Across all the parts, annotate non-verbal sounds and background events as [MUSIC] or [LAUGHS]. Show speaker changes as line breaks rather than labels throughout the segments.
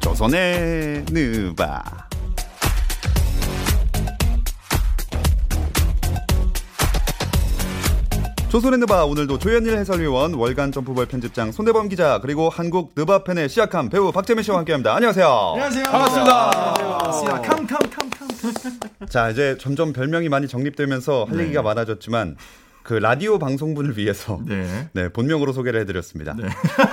조선의 누바. 조선의 누바 오늘도 조현일 해설위원, 월간 점프볼 편집장 손대범 기자 그리고 한국 누바 팬의 시약함 배우 박재민 씨와 함께합니다. 안녕하세요.
안녕하세요. 시아 캄캄캄캄.
자 이제 점점 별명이 많이 정립되면서 할 얘기가 많아졌지만 그 라디오 방송분을 위해서 네,
네.
본명으로 소개를 해드렸습니다.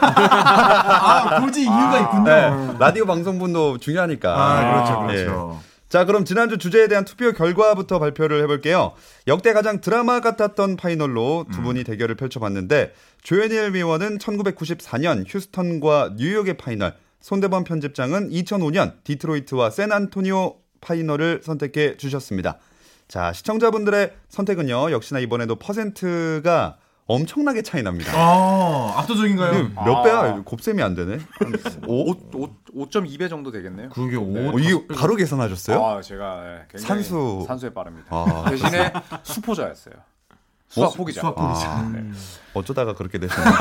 아 굳이 이유가 있군요.
네, 라디오 방송분도 중요하니까.
어. 아 그렇죠
예.
그렇죠.
자, 그럼 지난주 주제에 대한 투표 결과부터 발표를 해볼게요. 역대 가장 드라마 같았던 파이널로
음.
두 분이 대결을 펼쳐봤는데 조현일 위원은 1994년 휴스턴과 뉴욕의 파이널, 손대범 편집장은 2005년 디트로이트와 샌안토니오 파이널을 선택해 주셨습니다. 자, 시청자분들의 선택은요. 역시나 이번에도 퍼센트가 엄청나게 차이 납니다.
아 압도적인가요? 아.
몇 배야? 곱셈이 안 되네.
5.2배 정도 되겠네요.
그러게 오.
어, 이게 바로 계산하셨어요?
아, 제가 예, 굉장히
산수.
산수에 빠릅니다.
아.
대신에 수포자였어요. 수학 포기자.
수학 아, 네. 포기자.
어쩌다가 그렇게 되셨나요?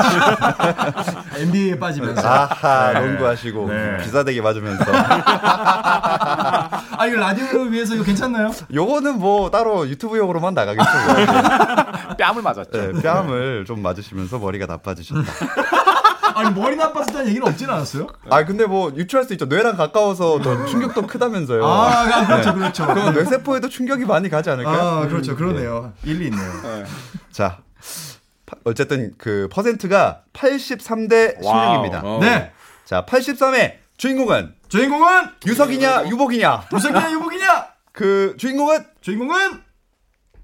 NBA에 빠지면서. 아,
아하 농구하시고
네.
비사대기 맞으면서 [LAUGHS]
아, 이거 라디오를 위해서 이거 괜찮나요?
요거는 뭐 따로 유튜브용으로만 [LAUGHS] 나가겠죠 뭐.
뺨을 맞았죠.
네, 뺨을 좀 맞으시면서 머리가 나빠지셨다
아니 머리 나빴었다는 얘기는 없진 않았어요?
음. 아 근데 뭐 유추할 수 있죠 뇌랑 가까워서 더 충격도 크다면서요
아, 아 그렇죠 그렇죠.
그럼 뇌세포에도 충격이 많이 가지 않을까요?
아 그렇죠 그러네요. 일리 있네요.
네.
자 파- 어쨌든 그 퍼센트가 83대 16입니다
와우.
네.
자 83의 주인공은
주인공은
유석이냐 유복이냐
유석이냐 유복이냐?
그 주인공은
주인공은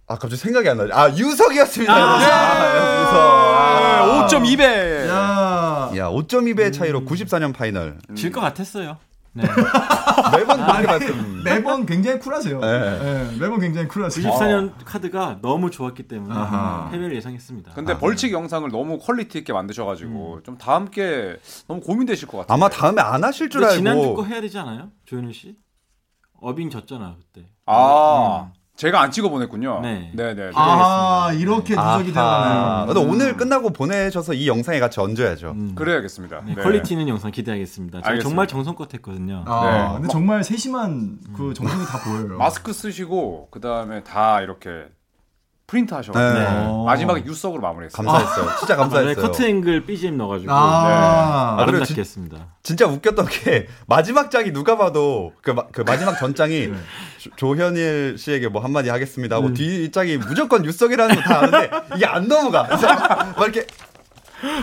아 갑자기 생각이 안 나죠 아 유석이었습니다 여러분. 아, 유석
네, 5.2배.
야.
야,
음.
5.2배 차이로 94년 파이널.
질 것 같았어요.
매번
아, 네.
그렇게 봤음.
매번 굉장히 쿨하세요.
네.
네, 매번 굉장히 쿨하세요.
94년 카드가 너무 좋았기 때문에
아하.
패배를 예상했습니다.
근데 벌칙 영상을 너무 퀄리티 있게 만드셔가지고 좀 다음 게 너무 고민되실 것 같아요.
아마 다음에 안 하실 줄
근데
뭐
지난주
알고.
거 해야 되지 않아요? 조현일 씨? 어빙 졌잖아 그때.
아 제가 안 찍어 보냈군요.
네.
네, 네.
아 이렇게 누적이
아하.
되나요?
근데
음.
오늘 끝나고 보내셔서 이 영상에 같이 얹어야죠.
그래야겠습니다.
네,
네.
퀄리티 있는 영상 기대하겠습니다. 제가
알겠습니다.
정말 정성껏 했거든요.
아,
네.
근데 정말 세심한 그 정성이 다 보여요.
마스크 쓰시고 그 다음에 다 이렇게 프린트 하셔.
네.
가지고 마지막에 유석으로 마무리했어요.
감사했어요. 진짜
다음에
감사했어요.
아, 네, 커트 앵글 BGM 넣어가지고 네,
아,
아, 그리고
아름답게
진-
했습니다.
진짜 웃겼던 게 [LAUGHS] 마지막 장이 누가 봐도 그, 마, 그 마지막 [LAUGHS] 전장이 조- 조현일 씨에게 뭐 한마디 하겠습니다 하고 뒷장이 무조건 유석이라는 거 다 아는데 이게 안 넘어가. 그래서 [LAUGHS] 막 이렇게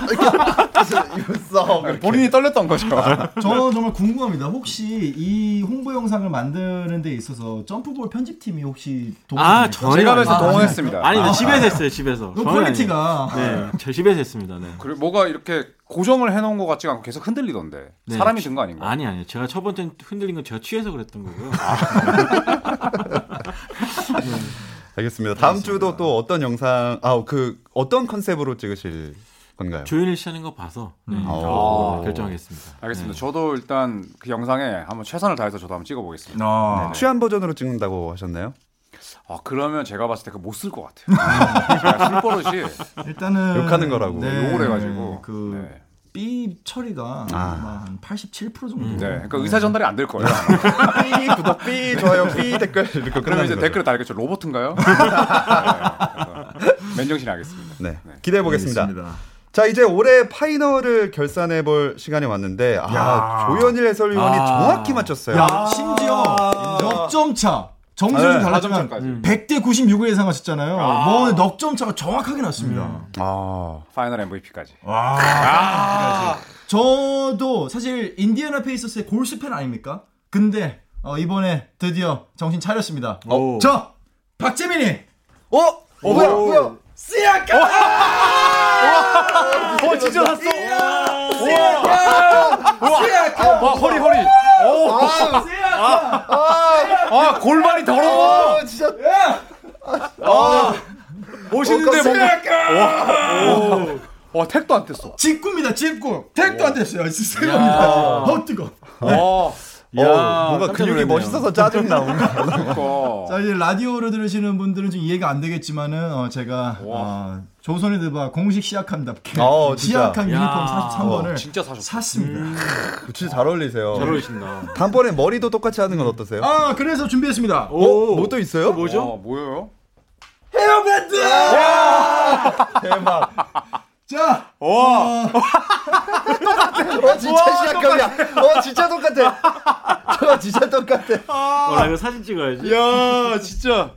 이렇게 유석 이렇게.
본인이 떨렸던 거죠.
저는 정말 궁금합니다. 혹시 이 홍보 영상을 만드는 데 있어서 점프볼 편집팀이 혹시 도움이
아,
됩니까?
전혀
제가 그래서
아닙니다.
동원했습니다.
아니, 나 집에서 했어요, 집에서.
너
저는
퀄리티가
아니에요. 네, 저 집에서 했습니다. 네.
그리고 뭐가 이렇게 고정을 해놓은 것 같지가 않고 계속 흔들리던데
네.
사람이 든 거 아닌가?
아니, 아니요. 제가 첫 번째 흔들린 건 제가 취해서 그랬던 거고요.
알겠습니다. 다음 주도 또 어떤 영상 아 그 어떤 컨셉으로 찍으실 건가요?
조현일 씨 하는 거 봐서 네,
오.
결정하겠습니다.
알겠습니다. 저도 일단 그 영상에 한번 최선을 다해서 저도 한번 찍어보겠습니다.
아.
취한 버전으로 찍는다고 하셨나요?
아 그러면 제가 봤을 때 그거 못 쓸 것 [LAUGHS] 같아요. 제가 술 버릇이
네. 일단은 네.
욕하는 거라고.
욕을 해가지고.
그
네.
B 처리가
아.
한 87% 정도.
네, 그러니까 의사 전달이 안 될 거예요.
삐 구독 삐 좋아요 삐 댓글 이렇게
네. 그러면
끝나는
이제
거죠.
댓글에 달겠죠. 로봇인가요? [LAUGHS] 네, 그래서 맨정신이 하겠습니다.
네
네.
기대해 보겠습니다. 자 이제 올해 파이널을 결산해 볼 시간이 왔는데 아
야.
조현일 해설위원이
아.
정확히 맞췄어요.
야, 심지어 넉 점 차. 정수는
네,
좀 달랐지만
사점차까지.
100대 96을 예상하셨잖아요. 뭐 오늘 넉점 차가 정확하게 났습니다.
아
파이널 MVP까지.
와. 저도 사실 인디애나 페이서스의 골수 팬 아닙니까? 근데 어, 이번에 드디어 정신 차렸습니다. 어,
오.
저 박재민이
어? 어 뭐야 뭐야?
어, 진짜 났어. 와, 와, 허리 허리. 오, 아, 아, 골반이 더러워. 아,
아 진짜
멋있는데 뭔가. 와, 와, 택도 안 뗐어. 네.
직구입니다. 직구. 택도 안 됐어요. 진짜 생각합니다. 어 뜨거.
와,
어,
이야,
뭔가
아, 깜짝
근육이
놀랐네요.
멋있어서 짜증 [LAUGHS] 나온다.
그러니까.
자 이제 라디오를 들으시는 분들은 좀 이해가 안 되겠지만은 어, 제가
와.
어, 조선의 드바 공식 시약함답게
어, 진짜.
시약함
야.
유니폼 43번을
진짜 사셨어.
샀습니다.
진짜 잘 어울리세요.
잘 어울리신다.
다음번에 머리도 똑같이 하는 건 어떠세요?
아 그래서 준비했습니다.
어? 뭐 또 있어요?
뭐죠?
어, 뭐예요?
헤어밴드.
대박.
자
와.
[LAUGHS] 어 진짜 시작감이야. 어 진짜 똑같아. 저 진짜 똑같아.
어, 나 이거 사진 찍어야지.
야, 진짜.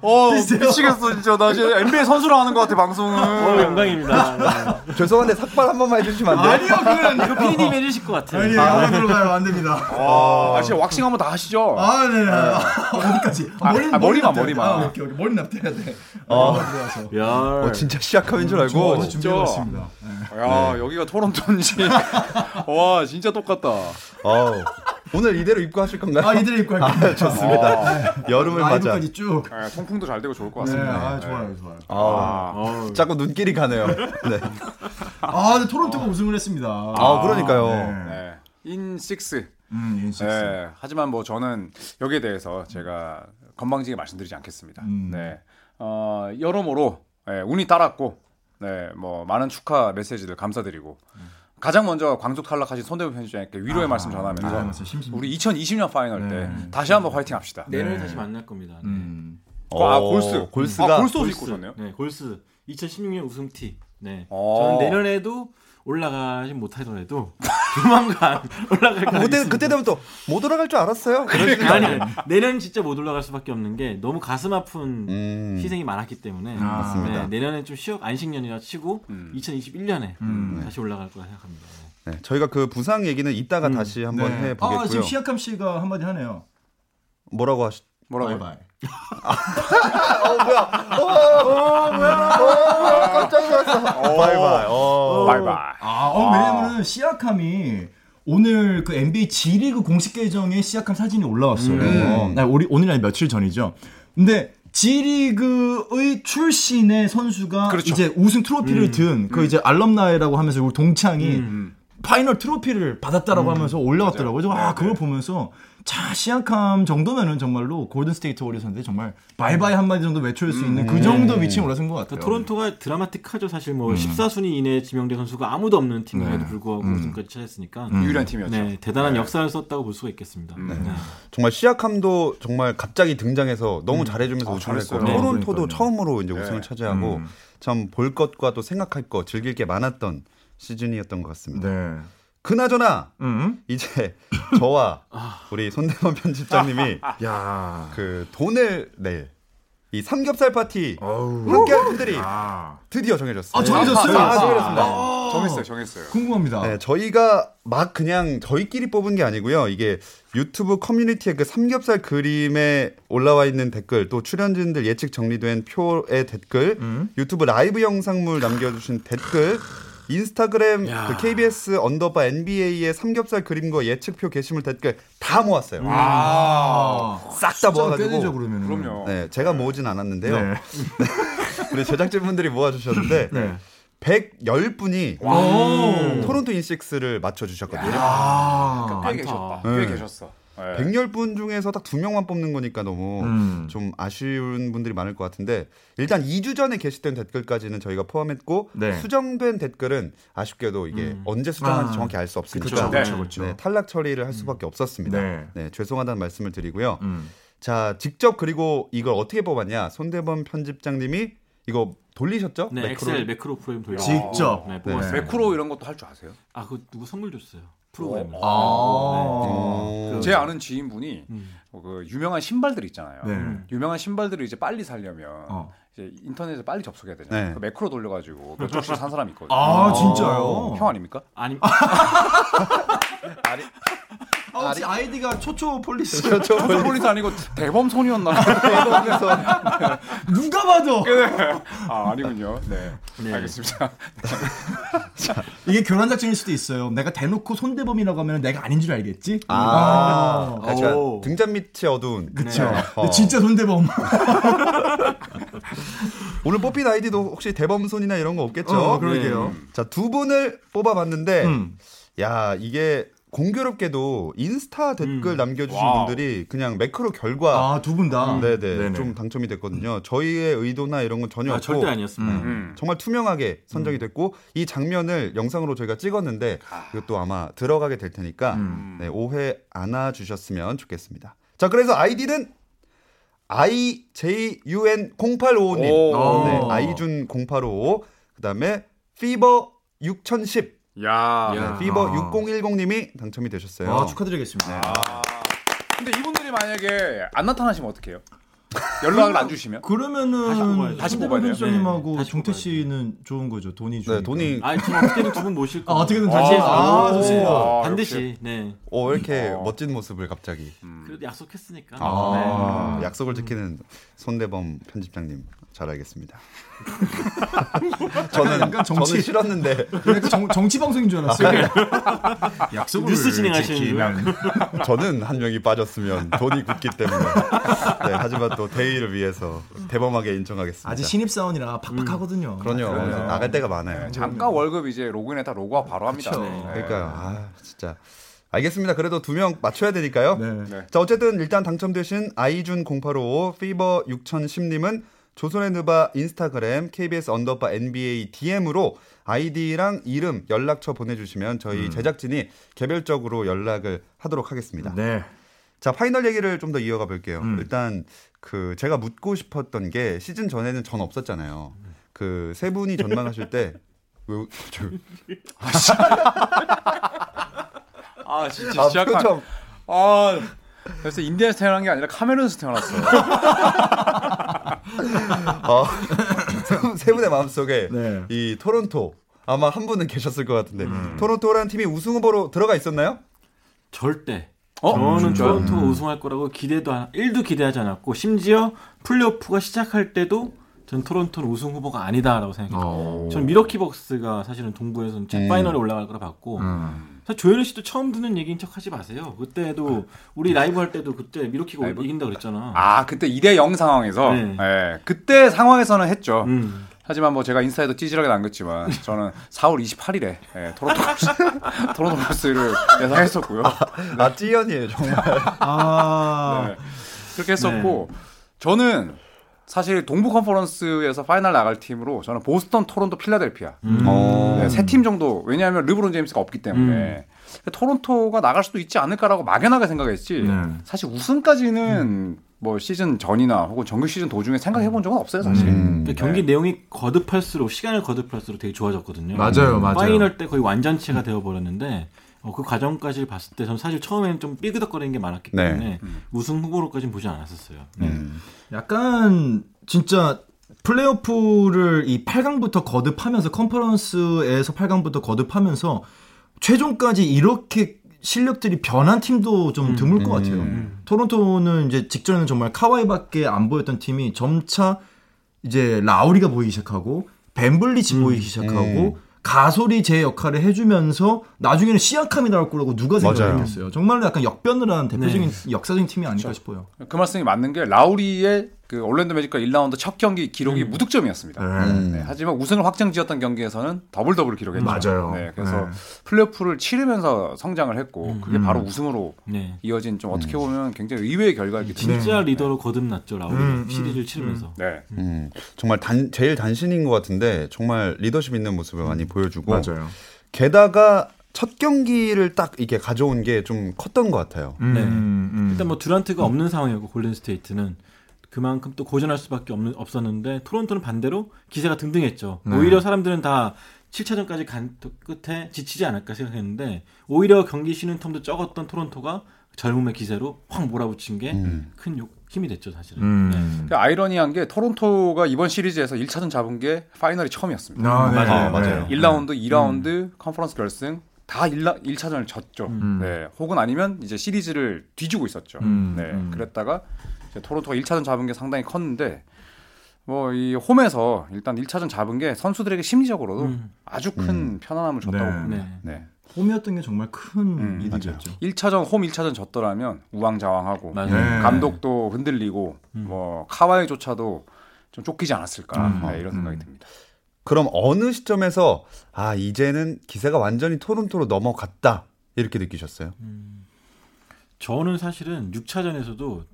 어,
비슷해요.
미치겠어, 진짜. 나 지금 NBA 선수랑 하는 것 같아,
어,
방송은.
영광입니다.
죄송한데 삭발 한 번만 해주시면 안 돼요?
아니요 그건
이거 PD님 해주실 것 같아. 네.
아니요 안 들어가요 안 됩니다.
아, 진짜 왁싱 한번 다 하시죠.
아 네네 아, 어디까지?
아, 아, 머리만,
납대야 돼.
머리만.
아, 오케이 오케이 머리 납대야 돼. 어 들어가서.
야,
어 진짜 시작함인 줄 알고.
준비해봤습니다
야, 여기가 토론토인지. [LAUGHS] 와, 진짜 똑같다.
어우. 오늘 이대로 입고 하실 건가요?
아 이대로 입고 할게요. 아,
좋습니다. 여름을 맞아.
라이브까지 쭉.
예, 통풍도 잘 되고 좋을 것
네,
같습니다.
아
예.
좋아요 좋아요.
아,
아,
어,
자꾸 눈길이 가네요. 네.
아 근데 토론토가 우승을 했습니다. 아
아, 그러니까요.
네. 인식스.
음 인식스.
예, 하지만 뭐 저는 여기에 대해서 제가 건방지게 말씀드리지 않겠습니다.
음.
네. 어, 여러모로 예, 운이 따랐고 네, 뭐 많은 축하 메시지들 감사드리고 가장 먼저 광주 탈락하신 손대부 편집장님께 위로의 말씀 전하면서
아, 맞아요. 심심.
우리 2020년 파이널 때
네.
다시 한번 화이팅 합시다.
내년에 다시 만날 겁니다. 네.
음.
아,
어,
골스.
골스가
아, 골스 옷 입고 오셨네요.
네, 골스. 2016년 우승팀. 네.
어.
저는 내년에도 올라가지 못하더라도 [LAUGHS] 조만간 올라갈 거
그때 그때 되면 또 못 올라갈 줄 알았어요. 그럴 수도
아니, 아니, 내년 진짜 못 올라갈 수밖에 없는 게 너무 가슴 아픈
음.
희생이 많았기 때문에 네,
아, 맞습니다.
내년에 좀 쉬어 안식년이라 치고 2021년에 다시 올라갈 거라 생각합니다. 네.
네, 저희가 그 부상 얘기는 이따가 다시 한번
네.
해보겠고요.
아 지금 시약함 씨가 한마디 하네요.
뭐라고 하시?
뭐라고?
바이바이.
어 뭐야? 어, 뭐야? 어, 깜짝 놀랐어. 바이바이. 어.
바이바이.
아, 어, 왜냐면은 시약함이 오늘 그 NBA G리그 공식 계정에 시약함 사진이 올라왔어요. 어, 나 우리 오늘 아니 며칠 전이죠. 근데 G리그의 출신의 선수가
그렇죠.
이제 우승 트로피를 든 그 이제 알럼나이라고 하면서 우리 동창이 파이널 트로피를 받았다라고 하면서 올라왔더라고요. 그래서 아, 그걸 보면서 자, 시약함 정도면은 정말로 골든 스테이트 워리어스인데 정말 바이바이 한마디 정도 외쳐줄 수 있는 그 정도 위치에 올라선 것 같아요.
그러니까 토론토가 드라마틱하죠. 사실 뭐
음.
14순위 이내에 지명된 선수가 아무도 없는 팀임에도
네.
불구하고
음.
우승까지 차지했으니까
유일한 팀이었죠.
네, 대단한 역사를 썼다고 볼 수가 있겠습니다.
음.
네.
정말 시약함도 정말 갑자기 등장해서 너무 음. 잘해주면서
아,
우승했고
잘했어요.
토론토도
그러니까요.
네, 처음으로 이제 우승을
네.
차지하고 참 볼 것과 또 생각할 거 즐길 게 많았던 시즌이었던 것 같습니다.
네.
그나저나
음.
이제 저와 우리 손대범 [LAUGHS] 편집장님이
야.
그 돈을 낼 이 삼겹살 파티
어우.
함께할 분들이
아.
드디어 정해졌어요.
아, 정해졌어요?
아, 정해졌습니다.
아.
정했어요, 정했어요.
궁금합니다.
네, 저희가 막 그냥 저희끼리 뽑은 게 아니고요. 이게 유튜브 커뮤니티에 그 삼겹살 그림에 올라와 있는 댓글, 또 출연진들 예측 정리된 표의 댓글,
음.
유튜브 라이브 영상물 남겨주신 댓글, 인스타그램
야.
그 KBS 언더바 NBA의 삼겹살 그림과 예측표 게시물 댓글 다 모았어요.
음.
아,
아,
싹 다
죠
모아가지고.
그러면.
그럼요.
네, 제가 모으진 않았는데요.
네.
우리 제작진분들이
[LAUGHS]
모아주셨는데 110분이 토론토 인식스를 맞춰주셨거든요.
아.
꽤
많다.
계셨다.
네.
꽤 계셨어. 예.
110분 중에서 딱 두 명만 뽑는 거니까 너무
음.
좀 아쉬운 분들이 많을 것 같은데 일단 2주 전에 게시된 댓글까지는 저희가 포함했고
네.
수정된 댓글은 아쉽게도 이게
음.
언제 수정한지
아.
정확히 알 수 없으니까
그렇죠.
네.
그렇죠. 그렇죠.
네, 탈락 처리를 할 수밖에 없었습니다.
네.
네, 죄송하다는 말씀을 드리고요.
음.
자, 직접 그리고 이걸 어떻게 뽑았냐? 손대범 편집장님이 이거 돌리셨죠?
네,
매크로를?
엑셀 매크로 프로그램 돌려.
직접.
네, 뽑았어요.
네.
매크로 이런 것도 할 줄 아세요?
아, 그 누구 선물 줬어요. 프로그램.
아.
어.
제 아는 지인분이
음.
어, 그 유명한 신발들 있잖아요.
네.
유명한 신발들을 이제 빨리 살려면
어.
이제 인터넷에 빨리 접속해야 되잖아요.
네.
그 매크로 돌려가지고 몇 쪽씩 산 사람이 있거든요.
아, 진짜요?
형 아닙니까?
아니,
아, 혹시 아이디가 초초
[LAUGHS]
폴리스. [LAUGHS]
그렇죠.
폴리스 아니고 대범손이었나? [LAUGHS]
그래서
누가 봐도
아 아니군요. 네,
네.
알겠습니다.
이게 교란 작전일 수도 있어요. 내가 대놓고 손대범이라고 하면 내가 아닌 줄 알겠지?
아,
아.
약간
오.
등잔 밑이 어두운.
그렇죠.
네. 어.
진짜 손대범.
오늘 뽑힌 아이디도 혹시 대범손이나 이런 거 없겠죠? 음.
어, 그러게요.
자, 두 분을 뽑아봤는데,
음.
야, 이게 공교롭게도 인스타 댓글
음.
남겨주신
와우.
분들이 그냥 매크로 결과
아, 두 분 다.
음. 네네
네네.
좀 당첨이 됐거든요. 저희의 의도나 이런 건 전혀
아,
없고
절대 아니었습니다.
음.
음.
정말 투명하게 선정이 됐고 이 장면을 영상으로 저희가 찍었는데 이것도 아마 들어가게 될 테니까 네, 오해 안 해주셨으면 좋겠습니다. 자 그래서 아이디는 IJUN0855님,
오.
네, 아이준0855, 그 다음에 피버 6010,
음. 야.
야.
피버
아.
6010님이 당첨이 되셨어요.
아, 축하드리겠습니다.
아. 근데 이분들이 만약에 안 나타나시면 어떡해요? 연락을 안 주시면?
다시
그러면은
뽑아야
다시
손대범
뽑아야 돼요?
편집장님하고
네, 다시
종태
뽑아야
씨는 좋은 거죠. 돈이 주
네, 돈이
아, 지금 어떻게든 두 분 모실
아,
거.
어떻게든
아,
다시 해서. 아,
오.
좋습니다.
아,
반드시. 네.
어, 왜 이렇게
어.
멋진 모습을 갑자기
그래도 약속했으니까.
음.
네.
아.
음, 약속을 지키는 손대범 편집장님 잘
[LAUGHS]
알겠습니다. 저는
약간 정치-
저는 싫었는데
그러니까 정, 정치 방송인 줄 알았어요. [LAUGHS] 약속을
뉴스 진행하시는
지키는.
저는 한 명이 빠졌으면 돈이 굳기 때문에 네, 하지만 또 대의를 위해서 대범하게 인정하겠습니다.
아직 신입 사원이라
음,
팍팍하거든요. 네.
그럼요.
그럼요.
나갈 때가 많아요.
잠깐 월급 이제 로그인에다 로그아웃 바로 합니다. 네.
그쵸.
그러니까요. 아 진짜 알겠습니다. 그래도 두 명 맞춰야 되니까요.
네.
네.
자 어쨌든 일단 당첨되신 아이준 0855 피버 6010님은 조선의 누바 인스타그램 KBS 언더바 NBA DM으로 아이디랑 이름 연락처 보내주시면
음.
저희 제작진이 개별적으로 연락을 하도록 하겠습니다.
네.
자 파이널 얘기를 좀 더 이어가 볼게요.
음.
일단 그 제가 묻고 싶었던 게 시즌 전에는 전 없었잖아요. 그 세 분이 전망하실
[LAUGHS]
때 왜, 저,
아 진짜
아,
시작한.
표정.
아 그래서 인디언에서 태어난 게 아니라 카메룬에서 태어났어요.
어, [LAUGHS] 세- 세 분의 마음속에
네.
이 토론토 아마 한 분은 계셨을 것 같은데 토론토라는 팀이 우승 후보로 들어가 있었나요?
절대.
어?
저는
진짜요?
토론토가 우승할 거라고 기대도 안, 1도 기대하지 않았고 심지어 플레이오프가 시작할 때도 전 토론토는 우승 후보가 아니다라고 생각했고 전 미러키 벅스가 사실은 동부에서는 잭파이널에 올라갈 거라 봤고 사실 조현우 씨도 처음 듣는 얘기인 척 하지 마세요. 그때도 우리 라이브 할 때도 그때 미러키가 이긴다 그랬잖아.
아 그때 2대0 상황에서
네.
예, 그때 상황에서는 했죠.
음.
하지만 뭐 제가 인스타에도 찌질하게 남겼지만 저는 4월 28일에 네, 토론토 [LAUGHS] 토론토 컵스를 예상했었고요.
아 찌연이에요 정말.
아.
네. 그렇게 했었고 저는 사실 동부 컨퍼런스에서 파이널 나갈 팀으로 저는 보스턴, 토론토, 필라델피아 네,
어.
세 팀 정도 왜냐하면 르브론 제임스가 없기 때문에 토론토가 나갈 수도 있지 않을까라고 막연하게 생각했지
네.
사실 우승까지는 뭐 시즌 전이나 혹은 정규 시즌 도중에 생각해 본 적은 없어요 사실
음.
근데 경기 내용이 거듭할수록 시간을 거듭할수록 되게 좋아졌거든요.
맞아요, 맞아요.
파이널 때 거의 완전체가 되어버렸는데 어, 그 과정까지 봤을 때 저는 사실 처음에는 좀 삐그덕거리는 게 많았기
네.
때문에 우승 후보로까지는 보지 않았었어요. 네.
약간 진짜 플레이오프를 이 8강부터 거듭하면서 컨퍼런스에서 8강부터 거듭하면서 최종까지 이렇게 실력들이 변한 팀도 좀
음.
드물 것 같아요. 토론토는 이제 직전에는 정말 카와이밖에 안 보였던 팀이 점차 이제 라우리가 보이기 시작하고 벤블리치
음.
보이기
예.
시작하고 가솔이 제 역할을 해주면서 나중에는 시약함이 나올 거라고 누가
맞아요. 네.
생각했겠어요. 정말로 약간 역변을 한 대표적인 역사적인 팀이 아닐까
그렇죠.
싶어요.
그 말씀이 맞는 게 라우리의 그 올랜도 매직과 1라운드 첫 경기 기록이 무득점이었습니다.
음.
네,
음.
하지만 우승을 확정지었던 경기에서는 더블 더블 기록했죠.
예. 맞아요.
네, 그래서
네. 음.
플레이오프를 치르면서 성장을 했고 그게 바로 우승으로
네.
이어진 좀 어떻게 보면 굉장히 의외의
네.
결과이기 때문에
진짜 리더로 거듭났죠 라우리
음,
시리즈를 치르면서.
네.
음, 정말 단, 제일 단신인 것 같은데 정말 리더십 있는 모습을
음.
많이 보여주고 게다가 첫 경기를 딱 이렇게 가져온 게 좀 컸던 것 같아요.
음,
네.
음, 음.
일단 뭐 듀란트가 없는 상황이었고 골든 스테이트는 그만큼 또 고전할 수밖에 없는, 없었는데 토론토는 반대로 기세가 등등했죠.
네.
오히려 사람들은 다 7차전까지 간 끝에 지치지 않을까 생각했는데 오히려 경기 쉬는 텀도 적었던 토론토가 젊음의 기세로 확 몰아붙인
음.
게
음.
큰 힘이 됐죠 사실은. 네.
그 아이러니한 게 토론토가 이번 시리즈에서 1차전 잡은 게 파이널이 처음이었습니다.
그러니까
아,
맞아요,
네. 네.
맞아요.
1라운드, 2라운드, 컨퍼런스 결승 다 1라, 1차전을 졌죠. 네. 혹은 아니면 이제 시리즈를 뒤지고 있었죠.
음,
네.
음.
그랬다가 이제 토론토가 1차전 잡은 게 상당히 컸는데 뭐 이 홈에서 일단 1차전 잡은 게 선수들에게
음.
심리적으로도
음.
아주 큰 편안함을 줬다고
네.
봅니다.
네.
네.
홈이었던 게 정말 큰
음,
이득이었죠.
1차전 홈 1차전 졌더라면 우왕좌왕하고
맞아요.
네. 음.
감독도 흔들리고 뭐 카와이조차도 좀 쫓기지 않았을까 네, 이런
음.
생각이 듭니다.
그럼 어느 시점에서 아 이제는 기세가 완전히 토론토로 넘어갔다 이렇게 느끼셨어요?
저는 사실은 6차전에서도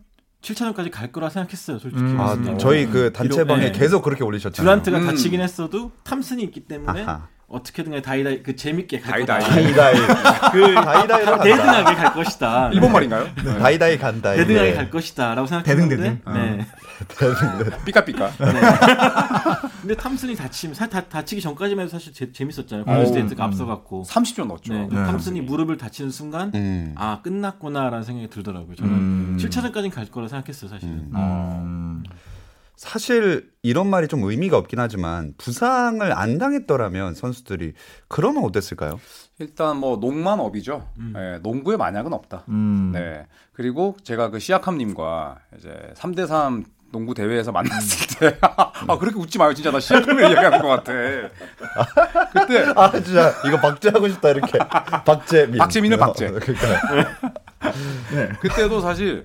7차전까지 갈 거라 생각했어요, 솔직히.
음.
아,
말씀드리면.
저희 그 단체방에
네.
계속 그렇게 올리셨잖아요.
듀란트가
음.
다치긴 했어도 탐슨이 있기 때문에
아하. 아,
어떻게든 간에 다이다이 그 재밌게 갈
다이다이.
거다.
다이다이
그
다이다이로 간다.
대등하게 갈 것이다.
네.
네.
[LAUGHS]
일본 말인가요?
다이다이 간다. 이게.
대등하게 갈 것이다라고 생각했는데
대등, 아.
네.
삐까삐까.
네.
근데 탐슨이 다치면 사, 다, 다치기 전까지만 해도 사실 재, 재밌었잖아요.
어우,
골든스테이트가 앞서갔고
30점 넣었죠.
네. 탐슨이 무릎을 다치는 순간
음.
아 끝났구나라는 생각이 들더라고요. 저는
음.
7차전까지는 갈 거라 생각했어요, 사실은.
음.
사실 이런 말이 좀 의미가 없긴 하지만 부상을 안 당했더라면 선수들이 그러면 어땠을까요?
일단 뭐 농만업이죠.
음.
예, 농구에 만약은 없다.
음.
네. 그리고 제가 그 시아캄님과 이제 3대3 농구 대회에서 만났을
음.
때, [LAUGHS] 아, 그렇게 웃지 마요. 진짜 나 시아캄을 얘기하는 것
[LAUGHS]
같아. 그때
아 진짜 이거 박제하고 싶다 이렇게 박재민.
박재민은 박제.
어, 그러니까.
[CLEARS THROAT]
그때도 사실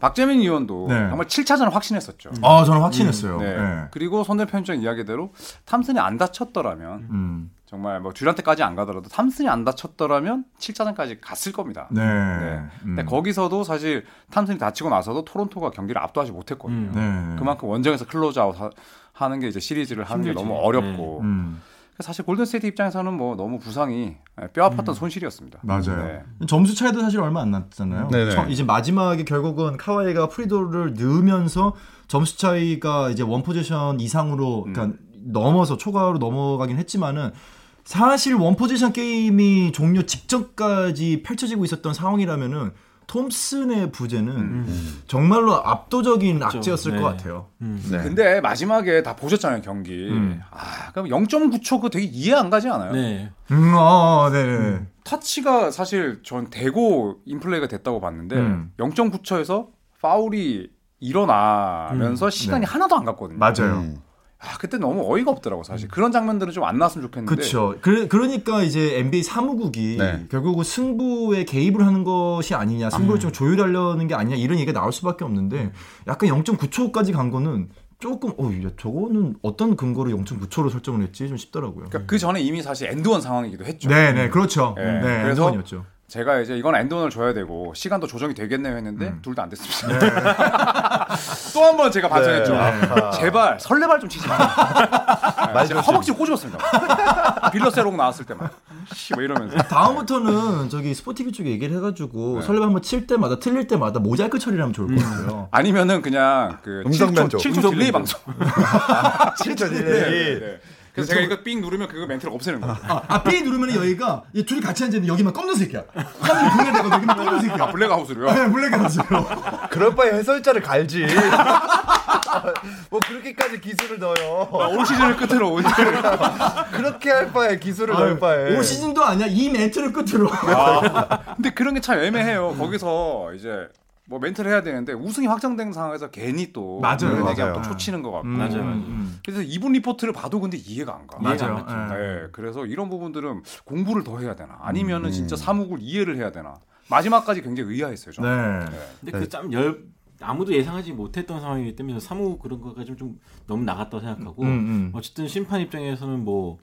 박재민 의원도
네.
정말 7차전을 확신했었죠.
아 저는 확신했어요.
네.
네.
그리고 손대편장 이야기대로 탐슨이 안 다쳤더라면
음.
정말 뭐 듀란트까지 안 가더라도 탐슨이 안 다쳤더라면 7차전까지 갔을 겁니다.
네.
네. 근데
음.
거기서도 사실 탐슨이 다치고 나서도 토론토가 경기를 압도하지 못했거든요.
음.
네.
그만큼 원정에서 클로즈아웃 하- 하는 게 이제 시리즈를 하는 게
힘들지.
너무 어렵고
음.
사실 골든스테이트 입장에서는 뭐 너무 부상이 뼈 아팠던 손실이었습니다.
음. 맞아요.
네.
점수 차이도 사실 얼마 안 났잖아요.
네네.
처- 이제 마지막에 결국은 카와이가 프리도를 넣으면서 점수 차이가 이제 원 포지션 이상으로 그러니까
음.
넘어서 초과로 넘어가긴 했지만은 사실 원 포지션 게임이 종료 직전까지 펼쳐지고 있었던 상황이라면은 톰슨의 부재는 정말로 압도적인 악재였을
네.
것 같아요.
음. 네.
근데 마지막에 다 보셨잖아요 경기.
음.
아 그럼 0.9초 그 되게 이해 안 가지 않아요?
네.
음, 어, 네.
터치가 사실 전 대고 인플레이가 됐다고 봤는데
음.
0.9초에서 파울이 일어나면서 시간이 하나도 안 갔거든요.
음. 네. 맞아요.
음.
아 그때 너무 어이가 없더라고 사실. 그런 장면들은 좀 안 나왔으면 좋겠는데.
그렇죠. 그, 러니까 이제 NBA 사무국이
네.
결국은 승부에 개입을 하는 것이 아니냐, 승부를 좀 조율하려는 게 아니냐 이런 얘기가 나올 수밖에 없는데 약간 0.9초까지 간 거는 조금 어, 야, 저거는 어떤 근거로 0.9초로 설정을 했지 좀 싶더라고요.
그러니까 그 전에 이미 사실 엔드원 상황이기도 했죠.
네, 네, 그렇죠.
예,
네,
그래서-
그래서였죠.
제가 이제 이건 엔드원을 줘야 되고 시간도 조정이 되겠네요 했는데 둘 다 안 됐습니다. [LAUGHS] 또 한 번 제가 반성했죠.
네.
네. 아, 제발 설레발 좀 치지 마. 네, 제가 허벅지 꼬집었습니다. 빌러세록 나왔을 때만. 씨뭐 이러면서.
다음부터는 저기 스포티비 쪽에 얘기를 해가지고
네.
설레발 한번 칠 때마다 틀릴 때마다 모자이크 처리를 하면 좋을 것
음.
같아요.
아니면은 그냥 그
음성
7초,
변조.
7초 딜레이 방송.
진짜
네,
딜레이.
네, 네. 그래서 제가 이거 삥 누르면 그거 멘트를 없애는 [LAUGHS] 거예요.
아, B 누르면 여기가 얘 둘이 같이 앉아있는데 여기만 검은 색이야. 하늘 분해되고 여기만 검은 색이야.
[LAUGHS] 블랙아웃으로요.
네, 블랙아웃으로.
그럴 바에 해설자를 갈지. [LAUGHS] 뭐 그렇게까지 기술을 넣어요.
아, 올 시즌을 끝으로 오늘
그렇게 할 바에 기술을 넣을 바에.
올 시즌도 아니야. 이 멘트를 끝으로.
근데 그런 게 참
음.
애매해요. 거기서 이제 뭐 멘트를 해야 되는데 우승이 확정된 상황에서 괜히 또
맞아요. 음.
그런
맞아요.
얘기하면 또 초치는 것 같고.
맞아요, 맞아요.
그래서 이분 리포트를 봐도 근데 음, 이해가 안 가.
맞아요. 이해가 안
맞아요. 예.
네, 그래서 이런 부분들은 공부를 더 해야 되나?
음.
아니면은 진짜 사무국을 이해를 해야 되나? 마지막까지 굉장히 의아했어요. 저는.
네.
근데 그짬열 아무도 예상하지 못했던 상황이기 때문에 사무 그런 것까지 좀 너무 나갔다고 생각하고
음, 음.
어쨌든 심판 입장에서는 뭐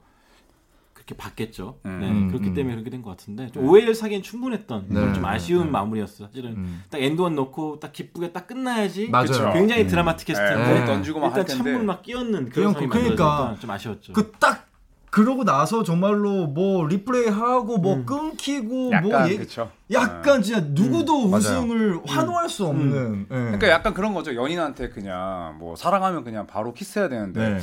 그렇게 봤겠죠.
음,
네,
음,
그렇기
음. 네.
때문에 그렇게 된 것 같은데
네.
좀 오해를 사기엔 충분했던 그런 좀 아쉬운 마무리였어. 사실은
음.
딱 엔드원 넣고 딱 기쁘게 딱 끝나야지.
맞아요.
그쵸? 굉장히 드라마틱했을
네,
텐데
네.
던지고만 할
일단
텐데.
찬물 막 끼얹는 그런
끼얹고,
상황이
그러니까.
만들어졌다. 좀 아쉬웠죠.
그 딱 그러고 나서 정말로 뭐 리플레이 하고 뭐 끊기고 뭐
약간
얘기-
그렇죠.
약간 진짜 누구도
맞아요.
우승을 환호할 수 없는. 예.
그러니까 약간 그런 거죠. 연인한테 그냥 뭐 사랑하면 그냥 바로 키스해야 되는데
네.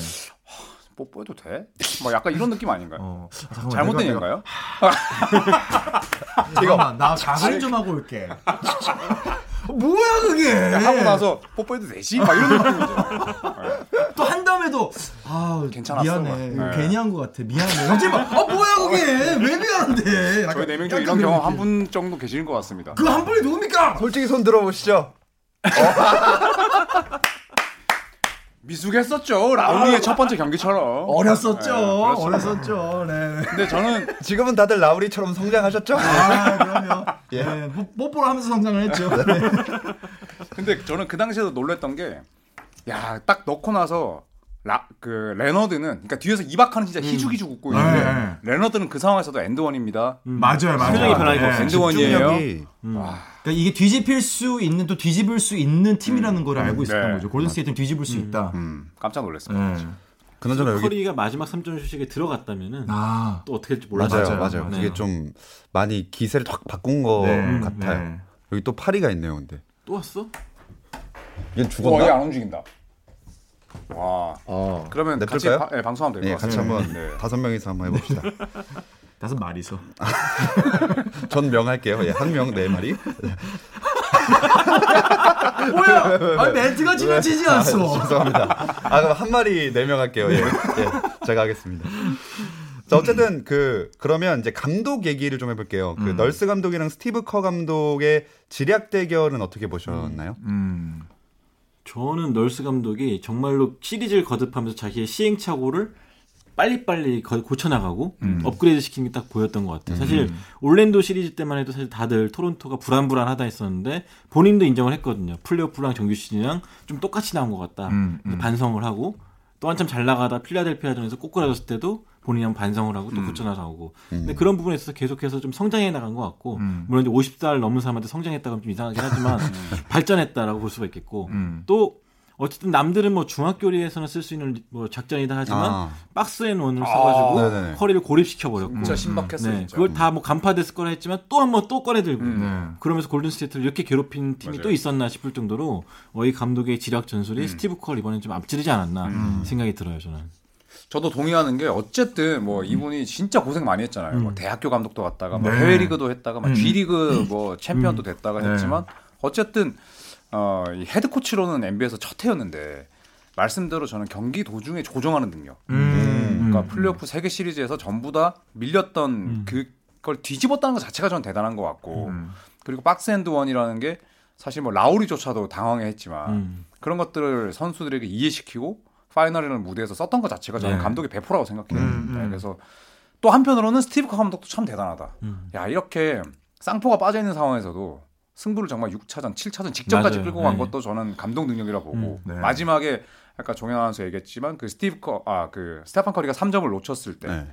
뽀뽀해도 돼? 뭐 약간 이런 느낌 아닌가요?
어, 아, 잠깐만,
잘못된
내가-
얘기인가요?
잠깐만, 나 자살 좀 하고 올게. 뭐야 그게?
하고 나서 뽀뽀해도 되지? 막
[LAUGHS]
이런 느낌이죠.
또 한 다음에도 아
괜찮았어, 막.
미안해 이거
네.
괜히 한 것 같아 미안해 갑자기 막아 어, 뭐야 그게 왜 미안한데
저희 네 명 중 이런 경험 한 분 정도 계시는 것 같습니다.
그한 분이 누굽니까?
솔직히 손 들어보시죠.
미숙했었죠. 라우니의 첫 번째 경기처럼.
어렸었죠
네, 그렇죠.
어렸었죠 네.
근데 저는
지금은 다들 라우리처럼 성장하셨죠?
아 그럼요 예 뽀- 뽀뽀를 하면서 성장을 했죠 네.
근데 저는 그 당시에도 놀랬던 게 야, 딱 넣고 나서 라, 그 레너드는 그러니까 뒤에서 이박하는 진짜 희죽희죽 웃고
네.
있는데
네.
레너드는 그 상황에서도 엔드원입니다.
음.
네.
맞아요, 맞아요.
표정이 변할 거
예.
없어요.
엔드원이에요.
집중력이
그러니까 이게 뒤집힐 수 있는 또 뒤집을 수 있는 팀이라는 걸 알고 있었던
네.
거죠. 골든스테이트는 뒤집을 수 있다.
음, 깜짝
예.
놀랐습니다.
그나저나 여기
커리가 마지막 3점 슛에 들어갔다면은
아
또 어떻게 될지 몰랐어요.
맞아요, 네.
맞아요,
맞아요.
맞아요.
그게 좀 많이 기세를 확 바꾼 것
네,
같아요.
네.
여기 또 파리가 있네요, 근데.
또 왔어?
얘
어, 얘
죽었나?
안 움직인다. 와.
어.
그러면 같이
냅둘까요?
바- 예, 방송하면
네,
될 것
같이
같아요.
한번
네.
다섯 명이서 한번 해봅시다. [LAUGHS]
다섯 마리서.
전 명할게요. 예, 한명 네 마리.
뭐야? 아 멘트가 지나치지
[LAUGHS]
않았어.
죄송합니다. 아 그럼 한 마리 네 명 할게요. 예. 예, 제가 하겠습니다. 자 어쨌든 그 그러면 이제 감독 얘기를 좀 해볼게요. 그 널스 감독이랑 스티브 커 감독의 질약 대결은 어떻게 보셨나요?
음.
저는 널스 감독이 정말로 시리즈를 거듭하면서 자기의 시행착오를 빨리빨리 거- 고쳐나가고 업그레이드 시키는 게 딱 보였던 것 같아요. 사실 올랜도 시리즈 때만 해도 사실 다들 토론토가 불안불안하다 했었는데 본인도 인정을 했거든요. 플레이오프랑 정규 시즌이랑 좀 똑같이 나온 것 같다.
음, 음.
반성을 하고 또 한참 잘 나가다 필라델피아전에서 꼬꾸라졌을 때도 본인이 한번 반성을 하고 또 고쳐나가고 근데 그런 부분에 있어서 계속해서 좀 성장해 나간 것 같고
음.
물론 이제 50살 넘은 사람한테 성장했다고 하면 좀 이상하긴 하지만 발전했다라고 볼 수가 있겠고
음.
또 어쨌든 남들은 뭐 중학교리에서는 쓸 수 있는 뭐 작전이다 하지만
아.
박스앤원을
아,
써가지고
네네네.
커리를 고립시켜 버렸고
진짜 신박했어요.
네,
진짜.
그걸 다 뭐 간파됐을 거라 했지만 또 한 번 또 꺼내들고
음.
네.
그러면서 골든스테이트를 이렇게 괴롭힌 팀이
맞아요.
또 있었나 싶을 정도로 어, 이 감독의 지략
음.
전술이 스티브 컬 이번엔 좀 앞지르지 않았나 생각이 들어요 저는
저도 동의하는 게 어쨌든 뭐 이분이 진짜 고생 많이 했잖아요. 뭐 대학교 감독도 갔다가 뭐
음. 네.
해외 리그도 했다가 막
음.
G 리그 뭐 챔피언도 됐다가
네.
했지만 어쨌든 어, 이 헤드 코치로는 NBA에서 첫 해였는데 말씀대로 저는 경기 도중에 조정하는 능력.
음.
그러니까 플레이오프 세계 시리즈에서 전부 다 밀렸던 그걸 뒤집었다는 것 자체가 저는 대단한 것 같고
음.
그리고 박스 앤드 원이라는 게 사실 뭐 라우리조차도
아.
당황했지만
음.
그런 것들을 선수들에게 이해시키고 파이널이라는 무대에서 썼던 것 자체가 저는
네.
감독의 배포라고 생각해요.
음,
네,
음.
그래서 또 한편으로는 스티브 커 감독도 참 대단하다.
음.
야 이렇게 쌍포가 빠져 있는 상황에서도 승부를 정말 6차전, 7차전 직전까지
맞아요.
끌고 간
네.
것도 저는 감독 능력이라 보고
음, 네.
마지막에 아까 종현 아나운서 얘기했지만 그 스티브 커 아 그 스테판 커리가 3점을 놓쳤을 때
네.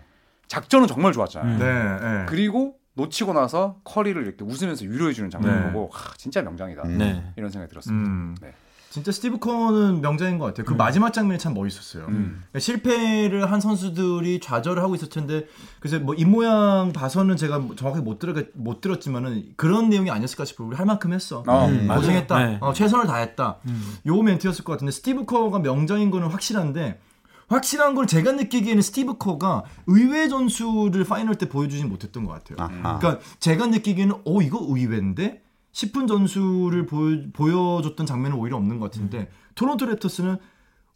작전은 정말 좋았잖아요.
음.
네. 네.
그리고 놓치고 나서 커리를 이렇게 웃으면서 위로해 주는 장면
네.
을 보고 하, 진짜 명장이다.
음.
네
이런 생각이 들었습니다.
음.
네.
진짜 스티브 커는 명장인 것 같아요. 그 마지막 장면이 참 멋있었어요. 그러니까 실패를 한 선수들이 좌절을 하고 있을 텐데 그래서 뭐 입모양 봐서는 제가 뭐 정확히 못 들어 못 들었지만은 그런 내용이 아니었을까 싶어요. 우리 할 만큼 했어.
어,
음. 맞아요.
고생했다.
네. 음.
어, 최선을 다했다. 요 멘트였을 것 같은데 스티브 커가 명장인 거는 확실한데 확실한 걸 제가 느끼기에는 스티브 커가 의외 전술을 파이널 때 보여주진 못했던 것 같아요.
아하.
그러니까 제가 느끼기에는 어 이거 의외인데 10분 전술을 보여, 줬던 장면은 오히려 없는 것 같은데 토론토 랩터스는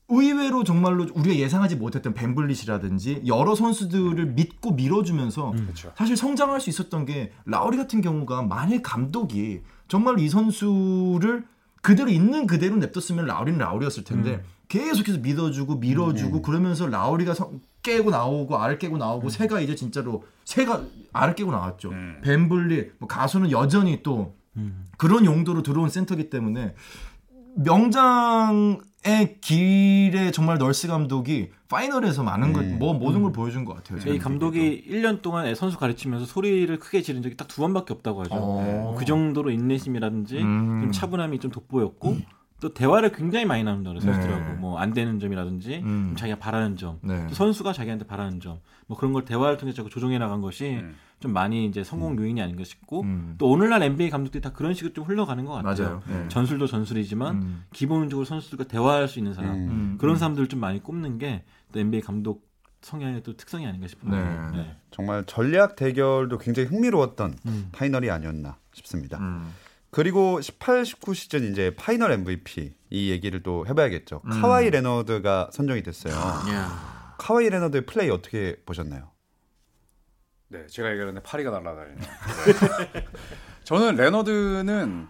의외로 정말로 우리가 예상하지 못했던 벤블릿이라든지 여러 선수들을 믿고 밀어주면서
그렇죠.
사실 성장할 수 있었던 게 라우리 같은 경우가 만약 감독이 정말 이 선수를 그대로 있는 그대로 냅뒀으면 라우리는 라우리였을 텐데 계속해서 믿어주고 밀어주고 그러면서 라우리가 성- 깨고 나오고 알을 깨고 나오고 새가 이제 진짜로 새가 알을 깨고 나왔죠.
네.
벤블리 뭐 가수는 여전히 또 그런 용도로 들어온 센터기 때문에 명장의 길에 정말 널스 감독이 파이널에서 많은 걸 뭐 모든 걸 보여준 것 같아요.
이 감독이 1년 동안 애 선수 가르치면서 소리를 크게 지른 적이 딱 두 번밖에 없다고 하죠
어.
그 정도로 인내심이라든지
음.
좀 차분함이 좀 돋보였고 또 대화를 굉장히 많이 나눈다 그래요
네.
선수들하고 뭐 안 되는 점이라든지
음.
좀 자기가 바라는 점
네.
또 선수가 자기한테 바라는 점 뭐 그런 걸 대화를 통해 자꾸 조정해 나간 것이
음.
좀 많이 이제 성공 요인이 아닌가 싶고
음.
또 오늘날 NBA 감독들이 다 그런 식으로 좀 흘러가는 것
맞아요.
같아요
네.
전술도 전술이지만
음.
기본적으로 선수들과 대화할 수 있는 사람
음.
음.
그런 사람들을 좀 많이 꼽는 게 또 NBA 감독 성향의 또 특성이 아닌가 싶어요
네.
네.
정말 전략 대결도 굉장히 흥미로웠던
음.
파이널이 아니었나 싶습니다.
음.
그리고 18, 19 시즌 이제 파이널 MVP 이 얘기를 또 해봐야겠죠. 카와이 레너드가 선정이 됐어요.
아.
카와이 레너드의 플레이 어떻게 보셨나요?
네, 제가 얘기하는데 파리가 날아다니네요. 네. [LAUGHS] 저는 레너드는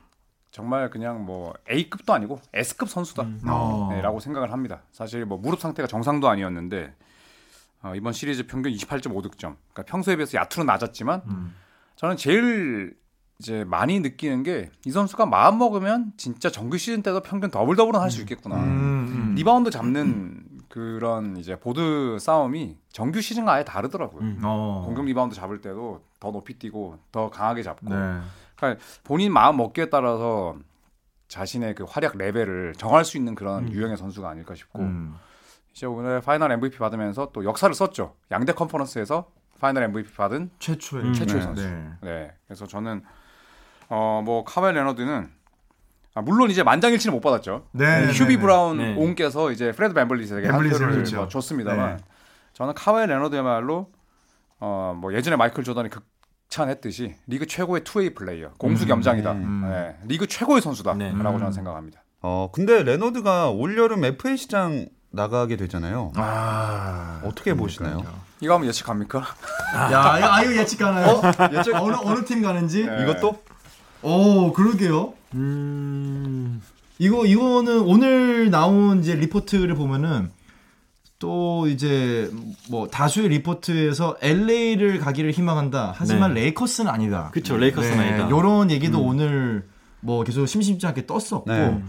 정말 그냥 뭐 A급도 아니고 S급 선수다.
어.
네, 라고 생각을 합니다. 사실 뭐 무릎 상태가 정상도 아니었는데 어, 이번 시리즈 평균 28.5득점. 그러니까 평소에 비해서 야투는 낮았지만
음.
저는 제일 이제 많이 느끼는 게 이 선수가 마음 먹으면 진짜 정규 시즌 때도 평균 더블 더블은 할 수 있겠구나.
음, 음.
리바운드 잡는 그런 이제 보드 싸움이 정규 시즌과 아예 다르더라고요.
음.
어.
공격 리바운드 잡을 때도 더 높이 뛰고 더 강하게 잡고
네.
그러니까 본인 마음 먹기에 따라서 자신의 그 활약 레벨을 정할 수 있는 그런
음.
유형의 선수가 아닐까 싶고
음.
이제 오늘 파이널 MVP 받으면서 또 역사를 썼죠. 양대 컨퍼런스에서 파이널 MVP 받은
최초의
음.
최초의
네,
선수.
네.
네. 그래서 저는 어 뭐 카와이 레너드는 아, 물론 이제 만장일치는 못 받았죠.
네, 네,
휴비
네.
브라운
네.
옹께서 이제 프레드 벤블리스에게 한
벤블리스를
표를
줬죠. 네.
뭐 줬습니다만 저는 카와이 레너드야말로 어뭐 예전에 마이클 조던이 극찬했듯이 리그 최고의 투웨이 플레이어, 공수 겸장이다.
음.
네, 리그 최고의 선수다라고
네.
저는
음.
생각합니다.
어, 근데 레너드가 올여름 FA 시장 나가게 되잖아요.
아.
어떻게 보시나요?
이거 하면 예측합니까?
야, 이거 아유 예측 가나요?
예측?
어느 어느 팀 가는지?
네.
이것도
오, 그러게요.
음.
이거 이거는 오늘 나온 이제 리포트를 보면은 또 이제 뭐 다수의 리포트에서 LA를 가기를 희망한다. 하지만 레이커스는 아니다.
그쵸,
네.
레이커스는 아니다.
이런 얘기도 오늘 뭐 계속 심심치 않게 떴었고
네.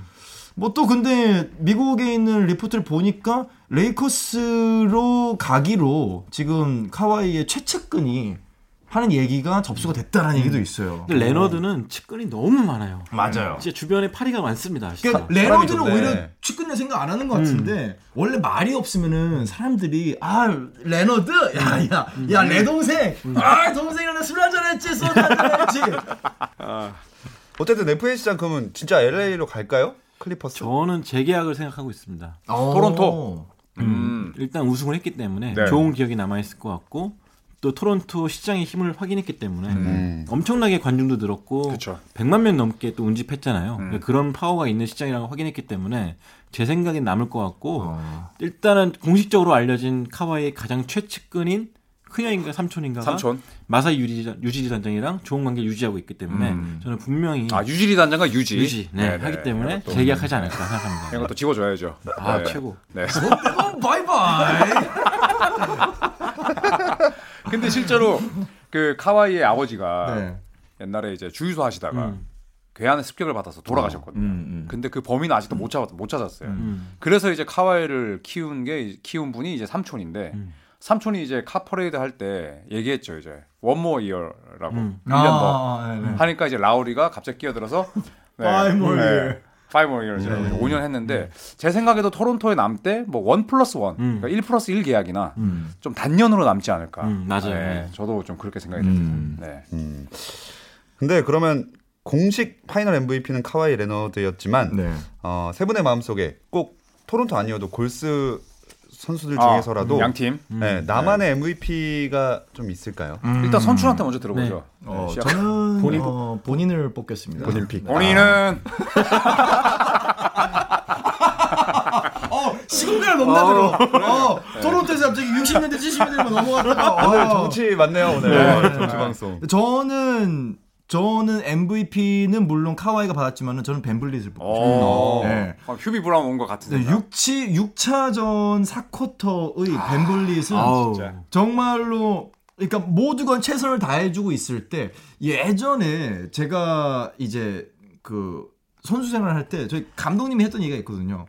뭐 또 근데 미국에 있는 리포트를 보니까 레이커스로 가기로 지금 카와이의 최측근이 하는 얘기가 접수가 됐다라는 얘기도 있어요.
근데 레너드는 측근이 너무 많아요.
맞아요.
진짜 주변에 파리가 많습니다. 진짜.
그러니까 레너드는
사람이 좀,
오히려
네.
측근을 생각 안 하는 것 같은데 원래 말이 없으면은 사람들이 아 레너드 야야야 내 동생 아 동생이랑 술 한잔 했지 술 한잔 했지
어쨌든 FA 시장 그러면 진짜 LA로 갈까요? 클리퍼스.
저는 재계약을 생각하고 있습니다.
토론토.
어.
음.
일단 우승을 했기 때문에
네.
좋은 기억이 남아 있을 것 같고 또 토론토 시장의 힘을 확인했기 때문에
음.
엄청나게 관중도 늘었고
그쵸. 음.
100만 명 넘게 또 운집했잖아요. 그러니까 그런 파워가 있는 시장이라고 확인했기 때문에 제 생각엔 남을 것 같고
어.
어.
일단은 공식적으로 알려진 카와이의 가장 최측근인 큰형인가 삼촌인가가
삼촌.
마사이 유지지, 유지지 단장이랑 좋은 관계 를 유지하고 있기 때문에 저는 분명히
아 유지리 단장과 유지.
유지 네,
네네.
하기 때문에
이것도-
재계약하지 않을까 생각합니다.
이것도 집어줘야죠.
아
네.
최고.
네.
어, 바이바이
근데 실제로 그 카와이의 아버지가
네.
옛날에 이제 주유소 하시다가
음.
괴한의 습격을 받아서 돌아가셨거든요.
음, 음.
근데 그 범인 아직도 못, 잡았, 못 찾았어요.
음.
그래서 이제 카와이를 키운 게 키운 분이 이제 삼촌인데
음.
삼촌이 이제 카퍼레이드 할 때 얘기했죠 이제 원모 이어라고
음.
1년 더
아, 네, 네.
하니까 이제 라우리가 갑자기 끼어들어서
[LAUGHS]
네,
Five more year. 네.
파이브 이어라고 5년 했는데 제 생각에도 토론토에 남때 뭐1 플러스 1
음.
그러니까 1 플러스 1 계약이나
음.
좀 단년으로 남지 않을까.
음, 맞아요.
네,
네.
저도 좀 그렇게 생각이 듭니다.
음.
네.
음. 근데 그러면 공식 파이널 MVP는 카와이 레너드였지만
네.
어, 세 분의 마음속에 꼭 토론토 아니어도 골스 선수들
아,
음. 중에서라도
양 팀.
네, 음. 나만의 MVP가 좀 있을까요?
일단 선출한테 먼저 들어보죠.
음. 어,
네, 시작.
저는
본인-
어, 본인을 뽑겠습니다. 네.
본인 픽.
본인은
아, 어, 시공간을 넘나들어. 어, 토론토에서 갑자기 60년대, 70년대로 넘어갔다.
오늘 아, 정치 맞네요 오늘
네.
정치 방송.
저는 저는 MVP는 물론 카와이가 받았지만은 저는 벤블릿을 네,
어.
뽑고
오.
네.
어, 휴비 브라운 온 것 같은데.
싶어요. 6치 6차전 4쿼터의 벤블릿은
아우.
음. 진짜.
정말로 그러니까 모두가 최선을 다해주고 있을 때 예전에 제가 이제 그 선수 생활 할때 저희 감독님이 했던 얘기가 있거든요.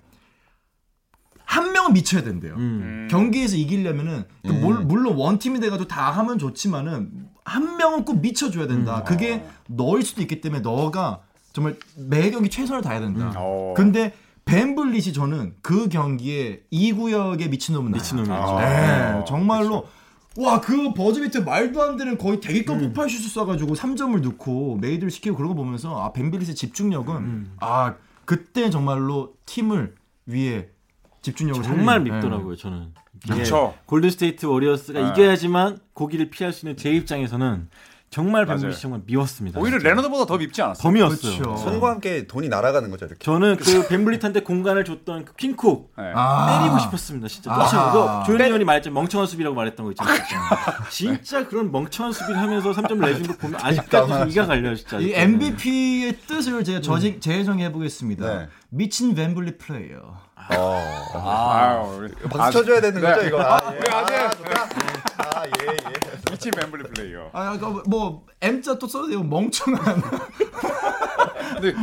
한 명은 미쳐야 된대요.
음.
음.
경기에서 이기려면은 그 몰- 물론 원팀이 돼가지고 다 하면 좋지만은 한 명은 꼭 미쳐줘야 된다.
음.
그게
어.
너일 수도 있기 때문에 너가 정말 매 경기 최선을 다해야 된다.
음.
어.
근데 벤블릿이 저는 그 경기에 이 구역에 미친놈은 나야.
미친놈이죠. 그렇죠.
아.
네, 정말로 와 그 버즈비트 말도 안 되는 거의 대기권
음.
폭발 슛을 쏴가지고 3점을 넣고 메이드를 시키고 그런 거 보면서 아 벤빌리스의 집중력은
음.
아 그때 정말로 팀을 위해 집중력을
정말
살리는, 네.
밉더라고요 저는. 이게
그렇죠.
골든스테이트 워리어스가
네.
이겨야지만 고기를 피할 수 있는 제 입장에서는 정말
맞아요.
뱀블리 정말
예.
미웠습니다.
오히려 레너드보다 더 밉지 않았어.
더 미웠어요.
그렇죠.
손과 함께 돈이 날아가는 거죠 이렇게.
저는 그 뱀블리한테 공간을 줬던 그 킹쿡
네.
아.
때리고 싶었습니다. 진짜.
아.
아. 조현이 형이 말했죠. 멍청한 수비라고 말했던 거 있잖아요. [LAUGHS] 진짜 그런 멍청한 수비를 하면서 3점을 내준 거 보면 아직까지 이가 갈려요, 진짜.
이 MVP의 뜻을 제가 저직 재정해 보겠습니다.
네.
미친 벤블리 플레이어.
어.
아, 우리-
박수 쳐줘야 되는
네.
거죠 이거. 아, 예.
네, 아직
아, 예, 예.
미친 멤블리 플레이어.
아, 그러니까 뭐 M자 또 써도 돼요. 멍청한.
근데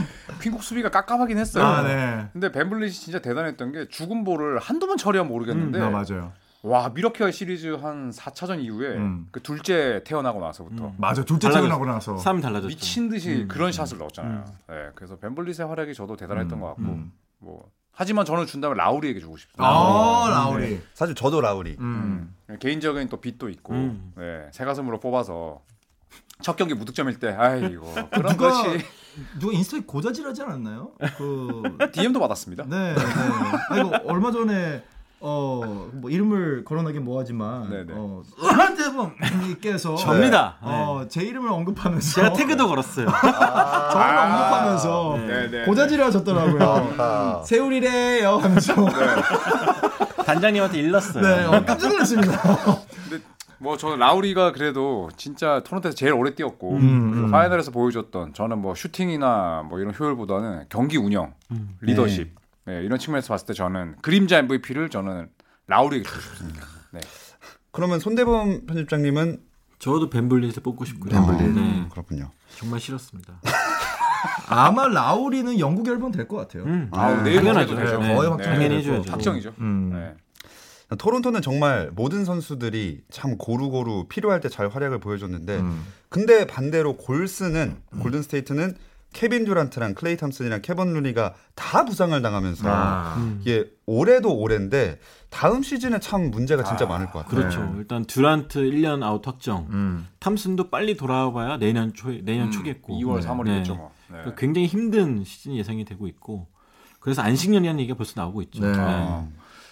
퀸국 수비가 깝깝하긴 했어요.
아, 네.
근데 벤블릿이 진짜 대단했던 게 죽은 볼을 한두 번 처리하면 모르겠는데
아, 맞아요.
와 미러키와 시리즈 한 4차전 이후에
음.
그 둘째 태어나고 나서부터
맞아. 둘째
달라졌-
퇴근하고 나서.
삶이 달라졌죠.
미친 듯이
음,
그런 샷을 넣었잖아요. 네, 그래서 벤블릿의 활약이 저도 대단했던
음,
것 같고 뭐 하지만 저는 준다면 라우리에게 주고 싶습니다.
아, 라우리.
사실 저도 라우리.
음.
예, 개인적인 또 빚도 있고
음.
네, 새 가슴으로 뽑아서 첫 경기 무득점일 때 아이고
[LAUGHS]
그런
누가
것이
누가 인스타에 고자질하지 않았나요? [LAUGHS] 그
DM도 받았습니다.
네. 네. 아 이거 얼마 전에 어뭐 이름을 거론하기 뭐하지만
네네.
어 한대범님께서 네.
접니다. 네.
어제 이름을 언급하면서
제가 태그도 걸었어요.
[LAUGHS] 저를 언급하면서
네네.
고자질을 하셨더라고요.
아,
세울이래요 하면서
단장님한테 일렀어요.
네, 어, 깜짝 놀랐습니다.
근데 뭐 저는 라우리가 그래도 진짜 토론토에서 제일 오래 뛰었고
음,
그리고 파이널에서 보여줬던 저는 뭐 슈팅이나 뭐 이런 효율보다는 경기 운영,
음.
리더십 네, 이런 측면에서 봤을 때 저는 그림자 MVP를 저는 라우리에게 주고 싶습니다. 네.
그러면 손대범 편집장님은
저도 벤블릿을 뽑고 싶고요. 네,
음, 그렇군요.
정말 싫었습니다.
아마 라우리는 영국 열번 될 것 같아요.
음.
아,
네.
내일
당연하죠.
해도 되죠.
네,
거의
네,
확정이
당연히 해줘야죠.
확정이죠.
음.
네.
토론토는 정말 모든 선수들이 참 고루고루 필요할 때 잘 활약을 보여줬는데
음.
근데 반대로 골스는 골든 스테이트는 케빈 듀란트랑 클레이 탐슨이랑 케번 루니가 다 부상을 당하면서
아.
아.
음.
이게 올해도 올해인데 다음 시즌에 참 문제가 진짜 많을 것 같아요.
그렇죠. 일단 듀란트 1년 아웃 확정.
음.
탐슨도 빨리 돌아와야 내년 초 내년
음,
초겠고.
2월
네.
3월이겠죠.
네.
뭐. 네.
그러니까 굉장히 힘든 시즌이 예상이 되고 있고. 그래서 안식년이라는 얘기가 벌써 나오고 있죠.
네.
어.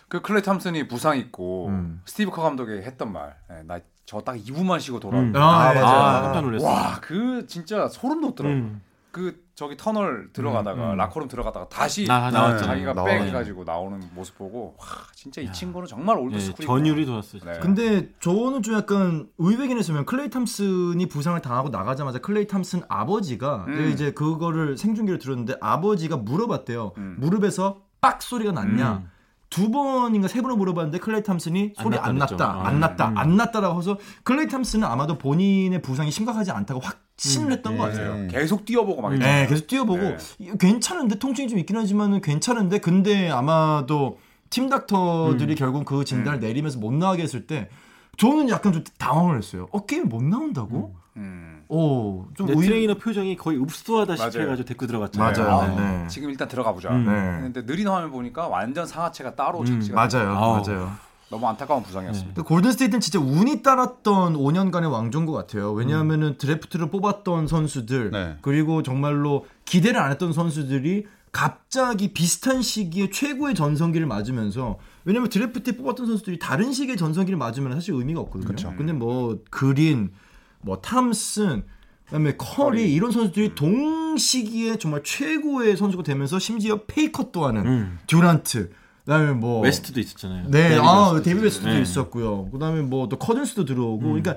그 클레이 탐슨이 부상 있고
음.
스티브 커 감독이 했던 말, 네, 나 저 딱 2분만 쉬고 돌아와.
음.
아,
네.
아,
맞아요.
깜짝 놀랐어요. 음.
와, 그 진짜 소름 돋더라고. 요그 저기 터널 들어가다가 라커룸 들어가다가 다시
나- 나왔죠.
자기가
네,
백
나와요.
해가지고 나오는 모습 보고 와, 진짜 이 친구는 정말 올드
네,
스쿨이
전율이 돌았어요. 진짜.
근데 저는 좀 약간 의외긴 했으면 클레이 탐슨이 부상을 당하고 나가자마자 클레이 탐슨 아버지가 예,
음.
이제 그거를 생중계를 들었는데 아버지가 물어봤대요.
음.
무릎에서 빡 소리가 났냐?
음.
두 번인가 세 번을 물어봤는데 클레이 탐슨이
안
소리
났다
안 났다,
그랬죠.
안
아,
났다, 안 났다라고 해서 클레이 탐슨은 아마도 본인의 부상이 심각하지 않다고
음.
확신을 했던
예.
것 같아요.
음.
계속 뛰어보고 막
네,
이랬잖아요.
계속 뛰어보고
네.
이거 괜찮은데 통증이 좀 있긴 하지만은 괜찮은데 근데 아마도 팀 닥터들이 결국 그 진단을 내리면서 못 나가게 했을 때 저는 약간 좀 당황을 했어요. 어 게임 못 나온다고?
음.
오, 좀
내
오히려
트레이너 표정이 거의 읍소하다시피
맞아요.
해가지고 데리고 들어갔잖아요.
맞아요.
아,
네.
지금 일단 들어가 보자.
음.
네.
근데 느린 화면 보니까 완전 상하체가 따로 착지가
맞아요,
아우.
맞아요.
너무 안타까운 부상이었습니다.
근데 그 골든 스테이트는 진짜 운이 따랐던 5년간의 왕조인 것 같아요. 왜냐하면은 드래프트를 뽑았던 선수들
네.
그리고 정말로 기대를 안 했던 선수들이 갑자기 비슷한 시기에 최고의 전성기를 맞으면서 왜냐면 드래프트에 뽑았던 선수들이 다른 시기의 전성기를 맞으면 사실 의미가 없거든요. 근데 뭐 그린, 뭐 탐슨 그다음에 커리, 이런 선수들이 동시기에 정말 최고의 선수가 되면서 심지어 페이커 또한은 듀란트 그다음에 뭐
웨스트도 있었잖아요.
네,
데이비드
아
웨스트도
데뷔 베스트도
네.
있었고요. 그다음에 뭐 또 커즌스도 들어오고,
음.
그러니까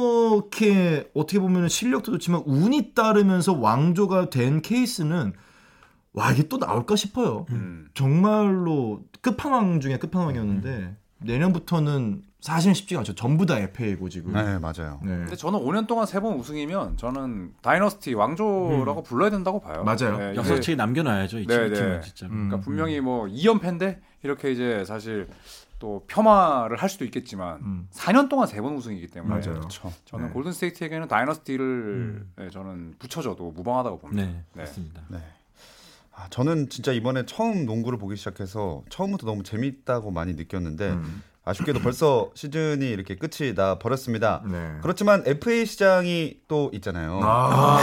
이렇게 어떻게 보면 실력도 좋지만 운이 따르면서 왕조가 된 케이스는 와 이게 또 나올까 싶어요.
네.
음.
정말로 끝판왕 중에 끝판왕이었는데
음.
내년부터는 사실은 쉽지가 않죠. 전부 다 FA고 지금. 네.
네, 맞아요.
근데 저는 5년 동안 세 번 우승이면 저는 다이너스티 왕조라고 불러야 된다고 봐요.
음. 맞아요.
네, 이게
역사책에 남겨놔야죠. 이
네, 네.
팀은 진짜.
음.
그러니까 분명히 뭐 2연패인데 이렇게 이제 사실 또 폄하를 할 수도 있겠지만
음.
4년 동안 세 번 우승이기 때문에
맞아요.
그렇죠.
저는
네. 음.
골든 스테이트에게는 다이너스티를 네, 저는 붙여줘도 무방하다고 봅니다.
네,
네.
맞습니다.
아, 저는 진짜 이번에 처음 농구를 보기 시작해서 처음부터 너무 재밌다고 많이 느꼈는데
음. [CLEARS THROAT]
아쉽게도 벌써 시즌이 이렇게 끝이 나 버렸습니다.
네.
그렇지만 FA 시장이 또 있잖아요.
아,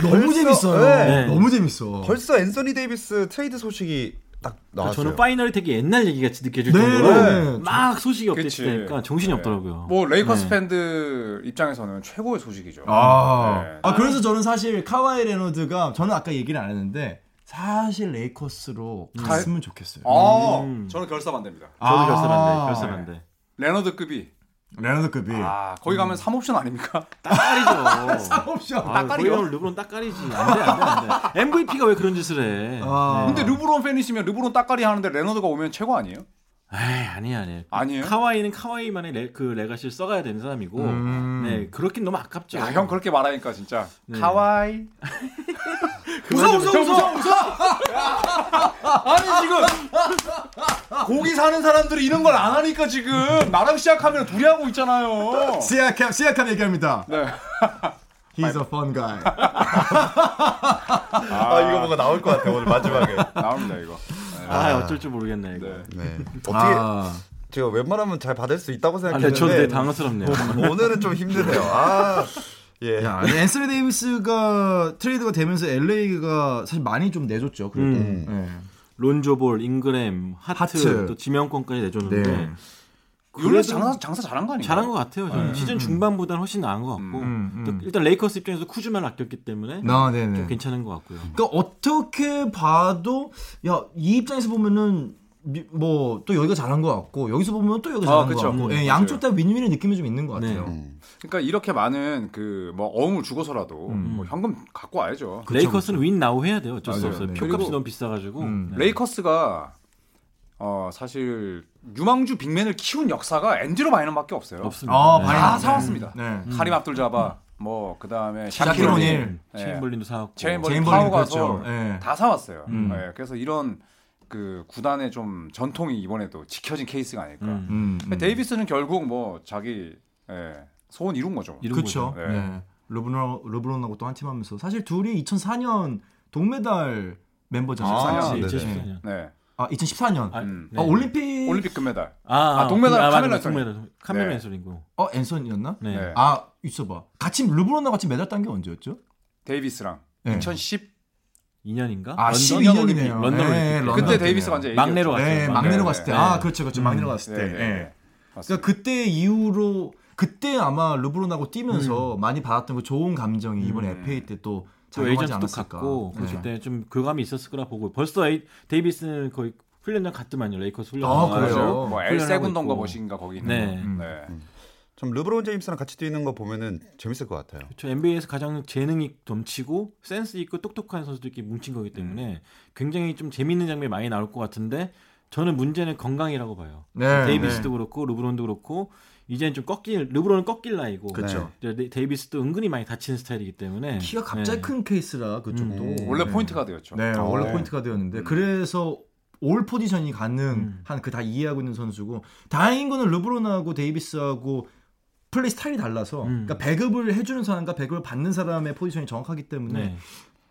너무
벌써-
재밌어요.
네.
너무 재밌어.
벌써 앤서니 데이비스 트레이드 소식이 딱
그러니까
나왔어요.
저는 파이널이 되게 옛날 얘기같이 느껴질
네,
정도로
네.
막 소식이
그치.
업데이트되니까 정신이
네.
없더라고요.
뭐 레이커스
네.
팬들 입장에서는 최고의 소식이죠.
아.
네.
아, 그래서 저는 사실 카와이 레너드가 저는 아까 얘기를 안 했는데 사실 레이커스로 갔으면 좋겠어요.
아,
음.
저는 결사 반대입니다.
저도
아.
결사 반대, 결사 반대.
레너드급이
레너드급이
아 거기 가면 3옵션 아닙니까?
딱깔이죠.
옵션.
[LAUGHS] 아,
딱깔이요?
거의 르브론 딱깔이지. 안 돼, 안 돼, 안 돼. MVP가 왜 그런 짓을 해?
아.
네.
근데 르브론 팬이시면 르브론 따까리 하는데 레너드가 오면 최고 아니에요?
에이, 아니 아니.
아니에요?
카와이는 카와이만의 레, 그 레가시를 써가야 되는 사람이고,
음.
네 그렇긴 너무 아깝죠.
야, 형 그렇게 말하니까 진짜 [LAUGHS]
네.
카와이.
웃어 웃어 웃어 웃어.
아니 지금 고기 사는 사람들이 이런 걸 안 하니까 지금 나랑 시작하면 둘이 하고 있잖아요.
시약함 시약함 얘기합니다.
네.
[LAUGHS] He's a fun guy.
아, 이거 뭔가 나올 것 같아 오늘 마지막에.
나옵니다 이거.
아 어쩔 줄 모르겠네 이거.
네.
[LAUGHS] 네. 어떻게
아,
제가 웬만하면 잘 받을 수 있다고
아, 근데 저도 되게
생각했는데 어,
당황스럽네요.
뭐, 오늘은 좀 힘드네요. 아 예.
야, 아니, 앤서니 데이비스가 트레이드가 되면서 LA가 사실 많이 좀 내줬죠. 그래도.
음. 론조볼, 잉그램, 하트,
하트.
또 지명권까지 내줬는데
네.
그래서 장사 장사 잘한 거 아니에요?
잘한 것 같아요. 저는 시즌 중반보다는 훨씬 나은 것 같고
음,
또
음.
일단 레이커스 입장에서 쿠즈만 아꼈기 때문에
예. 아, 네네.
좀 괜찮은 것 같고요.
그러니까 어떻게 봐도 야 이 입장에서 보면은 뭐 또 여기가 잘한 것 같고 여기서 보면 또 여기가
아,
잘한
그쵸.
것 같고
음,
예,
맞아요.
양쪽 다 윈윈의 느낌이 좀 있는 것
네.
같아요.
그러니까 이렇게 많은 그 뭐 어음을 주고서라도 뭐 현금 갖고 와야죠.
그쵸,
레이커스는 윈 나우 해야 돼요. 어쩔 수
맞아요.
없어요.
네.
표값이
그리고-
너무 비싸가지고
음.
네.
레이커스가 어 사실 유망주 빅맨을 키운 역사가 앤디로 바이너밖에 없어요.
없습니다.
아
네.
바이
다 사왔습니다.
네.
카림 압둘 자바 뭐 그다음에
샤킬
샤키로니
오닐,
네. 체인벌린도 사왔고
체인버린
제인
파워
버린
가서
그렇죠. 예.
다 사왔어요.
음.
예, 그래서 이런 그 구단의 좀 전통이 이번에도 지켜진 케이스가 아닐까.
음.
음, 음.
데이비스는 결국 뭐 자기 예, 소원 이룬 거죠.
이런
그렇죠.
거죠.
거죠.
네.
네.
르브론 르브론하고 또 한 팀하면서 사실 둘이 2004년 동메달 멤버잖아요.
아,
사실. 예.
네네.
2014년.
네.
아 2014년.
아,
음.
네.
아, 올림픽
올림픽 금메달.
아, 아,
아, 동메달
그- 아,
카메라
맞아요.
소리.
동메달 카메라 소리고.
어 앤서니였나?
네.
네.
아 있어봐. 같이 르브론하고 같이 메달 딴 게 언제였죠?
데이비스랑
네.
2010
2년인가?
아 12년이네요.
런던 올림픽.
그때 데이비스가 이제
막내로
애기였죠.
갔죠.
네, 막내로
네,
갔을 때.
네.
아, 그렇죠, 그렇죠.
음.
막내로 갔을 때.
네, 네,
예.
네. 맞습니다.
그러니까 그때 이후로 그때 아마 르브론하고 뛰면서 많이 받았던 그 좋은 감정이 이번
음.
FA 때또
음. 또
작용하지
에이전트도
않았을까.
갔고
네.
그때 좀 교감이 있었을 거라 보고 벌써 에이, 데이비스는 거의 훈련장 갔더만요. 레이커스 훈련장.
아,
맞아요.
그래요?
뭐
훈련하고
L7 동거
있고.
보신가 거기 있는
네.
거.
음.
네.
참 르브론 제임스랑 같이 뛰는 거 보면은 재밌을 것 같아요.
저 NBA에서 가장 재능이 넘치고 센스 있고 똑똑한 선수들끼리 뭉친 거기
음.
때문에 굉장히 좀 재밌는 장면이 많이 나올 것 같은데 저는 문제는 건강이라고 봐요.
네,
데이비스도
네.
그렇고 르브론도 그렇고 이제는 좀 꺾일 르브론은 꺾일 나이고
그렇죠.
네. 데- 데이비스도 은근히 많이 다치는 스타일이기 때문에
키가 갑자기
네.
큰 케이스라 그쪽도
음.
원래
네.
포인트가 되었죠.
네,
어.
원래 포인트가 되었는데
음.
그래서 올 포지션이 가능한 그 다 이해하고 있는 선수고 다행인 거는 르브론하고 데이비스하고 플레이 스타일이 달라서
음.
그러니까 배급을 해주는 사람과 배급을 받는 사람의 포지션이 정확하기 때문에
네.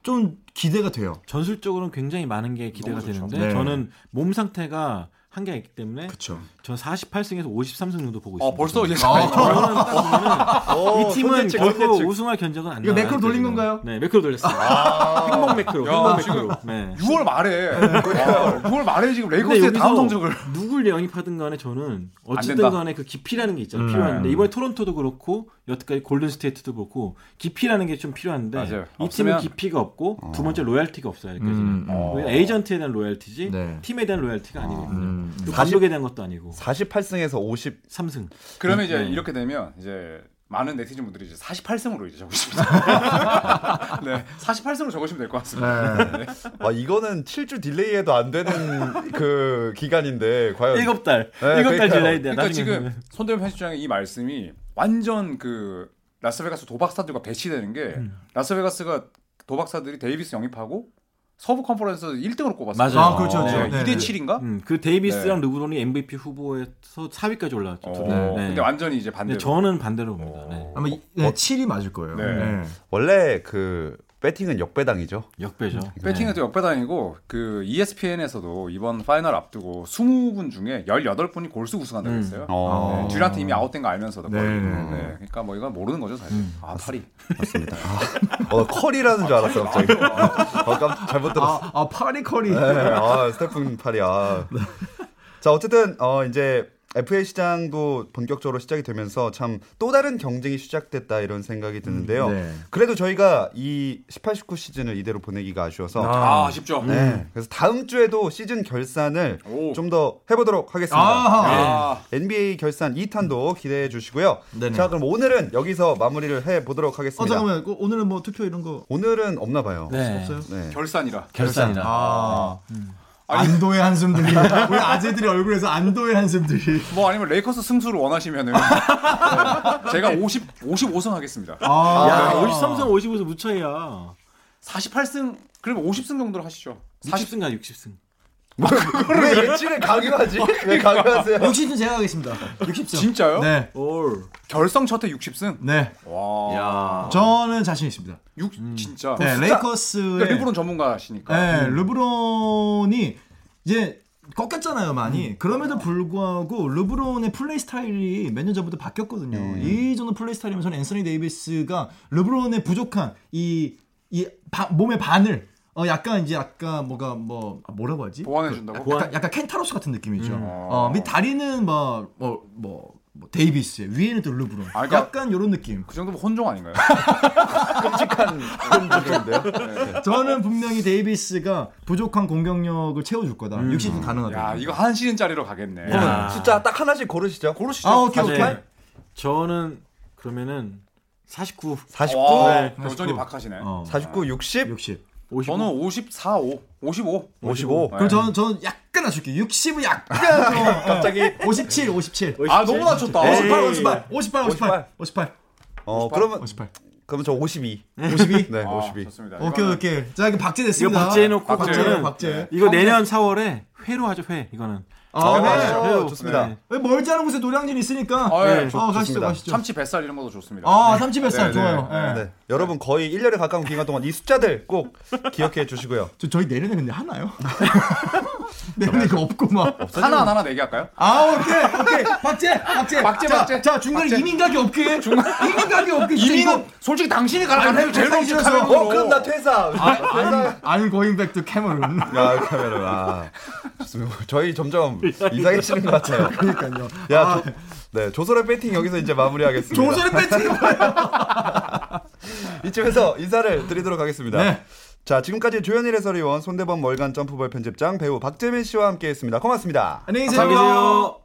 좀 기대가 돼요.
전술적으로는 굉장히 많은 게 기대가
너무 좋죠.
되는데
네.
저는 몸 상태가 한계가 있기 때문에
그렇죠.
전 48승에서 53승 정도 보고 있습니다.
어 벌써 이제 [LAUGHS]
저는 딱 보면은 이 팀은
손대책,
결코
손대책.
우승할 견적은 안
이거
나요.
매크로 돌린 건가요?
네, 매크로 돌렸어요. 행복 매크로,
야,
행복
지금-
매크로. 네.
6월 말에 아, 6월 말에 지금
근데
레이커스의 다음
여기서
성적을
누굴 영입하든 간에 저는 어쨌든
된다.
간에 그 깊이라는 게
음.
있잖아요. 필요한데 이번에 토론토도 그렇고 여태까지 골든 스테이트도 그렇고 깊이라는 게 좀 필요한데
맞아요.
이
없으면-
팀은 깊이가 없고 두 번째 로얄티가 없어요. 여기까지는.
음, 음.
왜냐면 에이전트에 대한 로얄티지
네.
팀에 대한 로얄티가
어.
아니거든요.
음.
그리고 감독에 대한 것도 아니고
48승에서 50.
3승.
그러면 이제
네.
이렇게 되면 이제 많은 네티즌 분들이 이제 48승으로 이제 적으십니다.
[LAUGHS]
네, 48승으로 적으시면 될 것 같습니다.
네.
[LAUGHS]
아 이거는 7주 딜레이해도 안 [LAUGHS] 되는 그 기간인데 과연
7달.
네,
일곱 달
그러니까요.
딜레이 돼.
그러니까
나중에
지금
보면.
손대범 편집장의 이 말씀이 완전 그 라스베가스 도박사들과 배치되는 게
음.
라스베가스가 도박사들이 데이비스 영입하고 서부 컨퍼런스 1등으로 꼽았어요.
맞아요. 아,
그렇죠, 그렇죠. 네, 네.
2대 7인가?
음, 그 데이비스랑
네.
르브론이 MVP 후보에서 4위까지 올라왔죠. 둘 다. 네.
어, 근데 완전히 이제
근데
반대로. 어.
저는 반대로 봅니다. 네.
아마 이- 네, 7이 맞을 거예요.
네.
네.
원래 그 배팅은 역배당이죠.
역배죠.
배팅에도 역배당이고 그 ESPN에서도 이번 파이널 앞두고 20분 중에 18분이 골수
음.
우승한다고 했어요.
어.
네, 듀란트 이미 아웃된 거 알면서도
네. 음.
거의. 네, 그러니까 뭐 이건 모르는 거죠 사실. 아 파리.
맞습니다. 아, 어, 커리라는 줄 알았어 갑자기. 어, 깜 잘못 들었어.
아, 아 파리 커리.
네, 아, 스테픈 파리야. 자, 어쨌든 어 이제 FA 시장도 본격적으로 시작이 되면서 참 또 다른 경쟁이 시작됐다 이런 생각이 드는데요.
음, 네.
그래도 저희가 이 18, 19 시즌을 이대로 보내기가 아쉬워서
아, 아쉽죠.
네, 그래서 다음 주에도 시즌 결산을
오.
좀 더 해보도록 하겠습니다.
아하.
아,
네. NBA 결산 2탄도 기대해 주시고요.
네네.
자, 그럼 오늘은 여기서 마무리를 해 보도록
어
하겠습니다.
잠깐만. 그 오늘은 뭐 투표 이런 거
오늘은 없나 봐요.
네.
없어요?
네.
결산이라.
결산이라.
아.
아,
안도의 한숨
[LAUGHS]
들이 우리 아재들이 얼굴에서 안도의 한숨 들이
뭐 아니면 레이커스 승수를
[LAUGHS]
원하시면은 제가 50 55승 하겠습니다.
아,
야, 53승 55승 무차이야.
48승 그러면 50승 정도로 하시죠. 40승
40승가 60승.
왜 예측을
[LAUGHS]
강요하지?
어,
왜 강요하세요?
60승 제가 하겠습니다 60승
진짜요?
네
올.
결성 첫해 60승.
네.
와.
아.
저는 자신 있습니다.
육 진짜.
네, 레이커스의
어. 그러니까 일부러 전문가시니까. 음.
네, 르브론이 이제 꺾였잖아요,
음.
많이. 그럼에도 불구하고 르브론의 플레이 스타일이 몇 년 전부터 바뀌었거든요.
음.
이 정도 플레이 스타일이면 저는 앤서니 데이비스가 르브론의 부족한 이, 이 바- 몸의 반을 어 약간 이제 약간 뭐가 뭐 아, 뭐라고 하지?
그 보완해 준다고.
약간, 약간 켄타로스 같은 느낌이죠.
음.
어, 밑 다리는 뭐 뭐 뭐 데이비스, 위에는 또 르브론.
아, 그러니까-
약간 이런 느낌.
그 정도면
[LAUGHS]
혼종 아닌가요?
그러니까 저는 분명히 데이비스가 부족한 공격력을 채워줄 거다. 60은 가능하다.
음. 야, 이거 한 시즌짜리로 가겠네.
야.
숫자 딱 하나씩 고르시죠. 고르시죠.
아 오케이
네.
오케이.
저는 그러면은 49,
49,
와,
네.
여전히 박하시네.
어.
49, 60,
60.
55.
저는 54, 5, 55.
55.
네.
그럼 저는 저는 약간 아줄게요 60은 약간 좀 네. 갑자기 57, 57.
아, 너무 낮췄다.
58,
에이.
58, 58, 58, 58,
어, 그러면
58.
그러면 저 52.
52.
네,
아,
52.
좋습니다.
오케이
이거는
오케이. 자 이거 박제
이거
됐습니다.
박제해놓고 네.
박제,
그거는
박제.
이거 내년 4월에 회로 하죠 회 이거는.
아,
네,
네.
어, 좋습니다.
네.
왜 멀지 않은 곳에 노량진 있으니까.
아, 예,
어,
좋-
가시죠
좋습니다.
가시죠.
참치 뱃살 이런 것도 좋습니다.
아 삼치뱃살
네,
좋아요.
네,
예.
네. 여러분 거의 1년에 가까운 기간 동안 이 숫자들 꼭 기억해 주시고요.
저 저희 내년에 근데 하나요? [LAUGHS] 내년에 그 없고 막.
하나 하나 얘기할까요?
아 오케이 오케이 박제 박제
박제,
자,
박제.
자 중간에
박제.
이민 가게 없게 이민 가게 없게 진짜
이민은
이거-
솔직히 당신이 가라 안 해도 제일
세상
높은
싫어서.
카메라로.
어, 그럼 나 퇴사.
아,
퇴사.
I'm going back to Cameroon
[LAUGHS] 야, 카메라. 아. 좋습니다. 저희 점점 이상해지는 것 같아요.
그러니까요
야, 조- 네. 조선의 배팅 여기서 이제 마무리하겠습니다.
조선의 배팅
이쯤에서 인사를 드리도록 하겠습니다.
네.
자, 지금까지 조현일 해설위원, 손대범 월간 점프볼 편집장 배우 박재민 씨와 함께했습니다. 고맙습니다.
안녕히
감사합니다.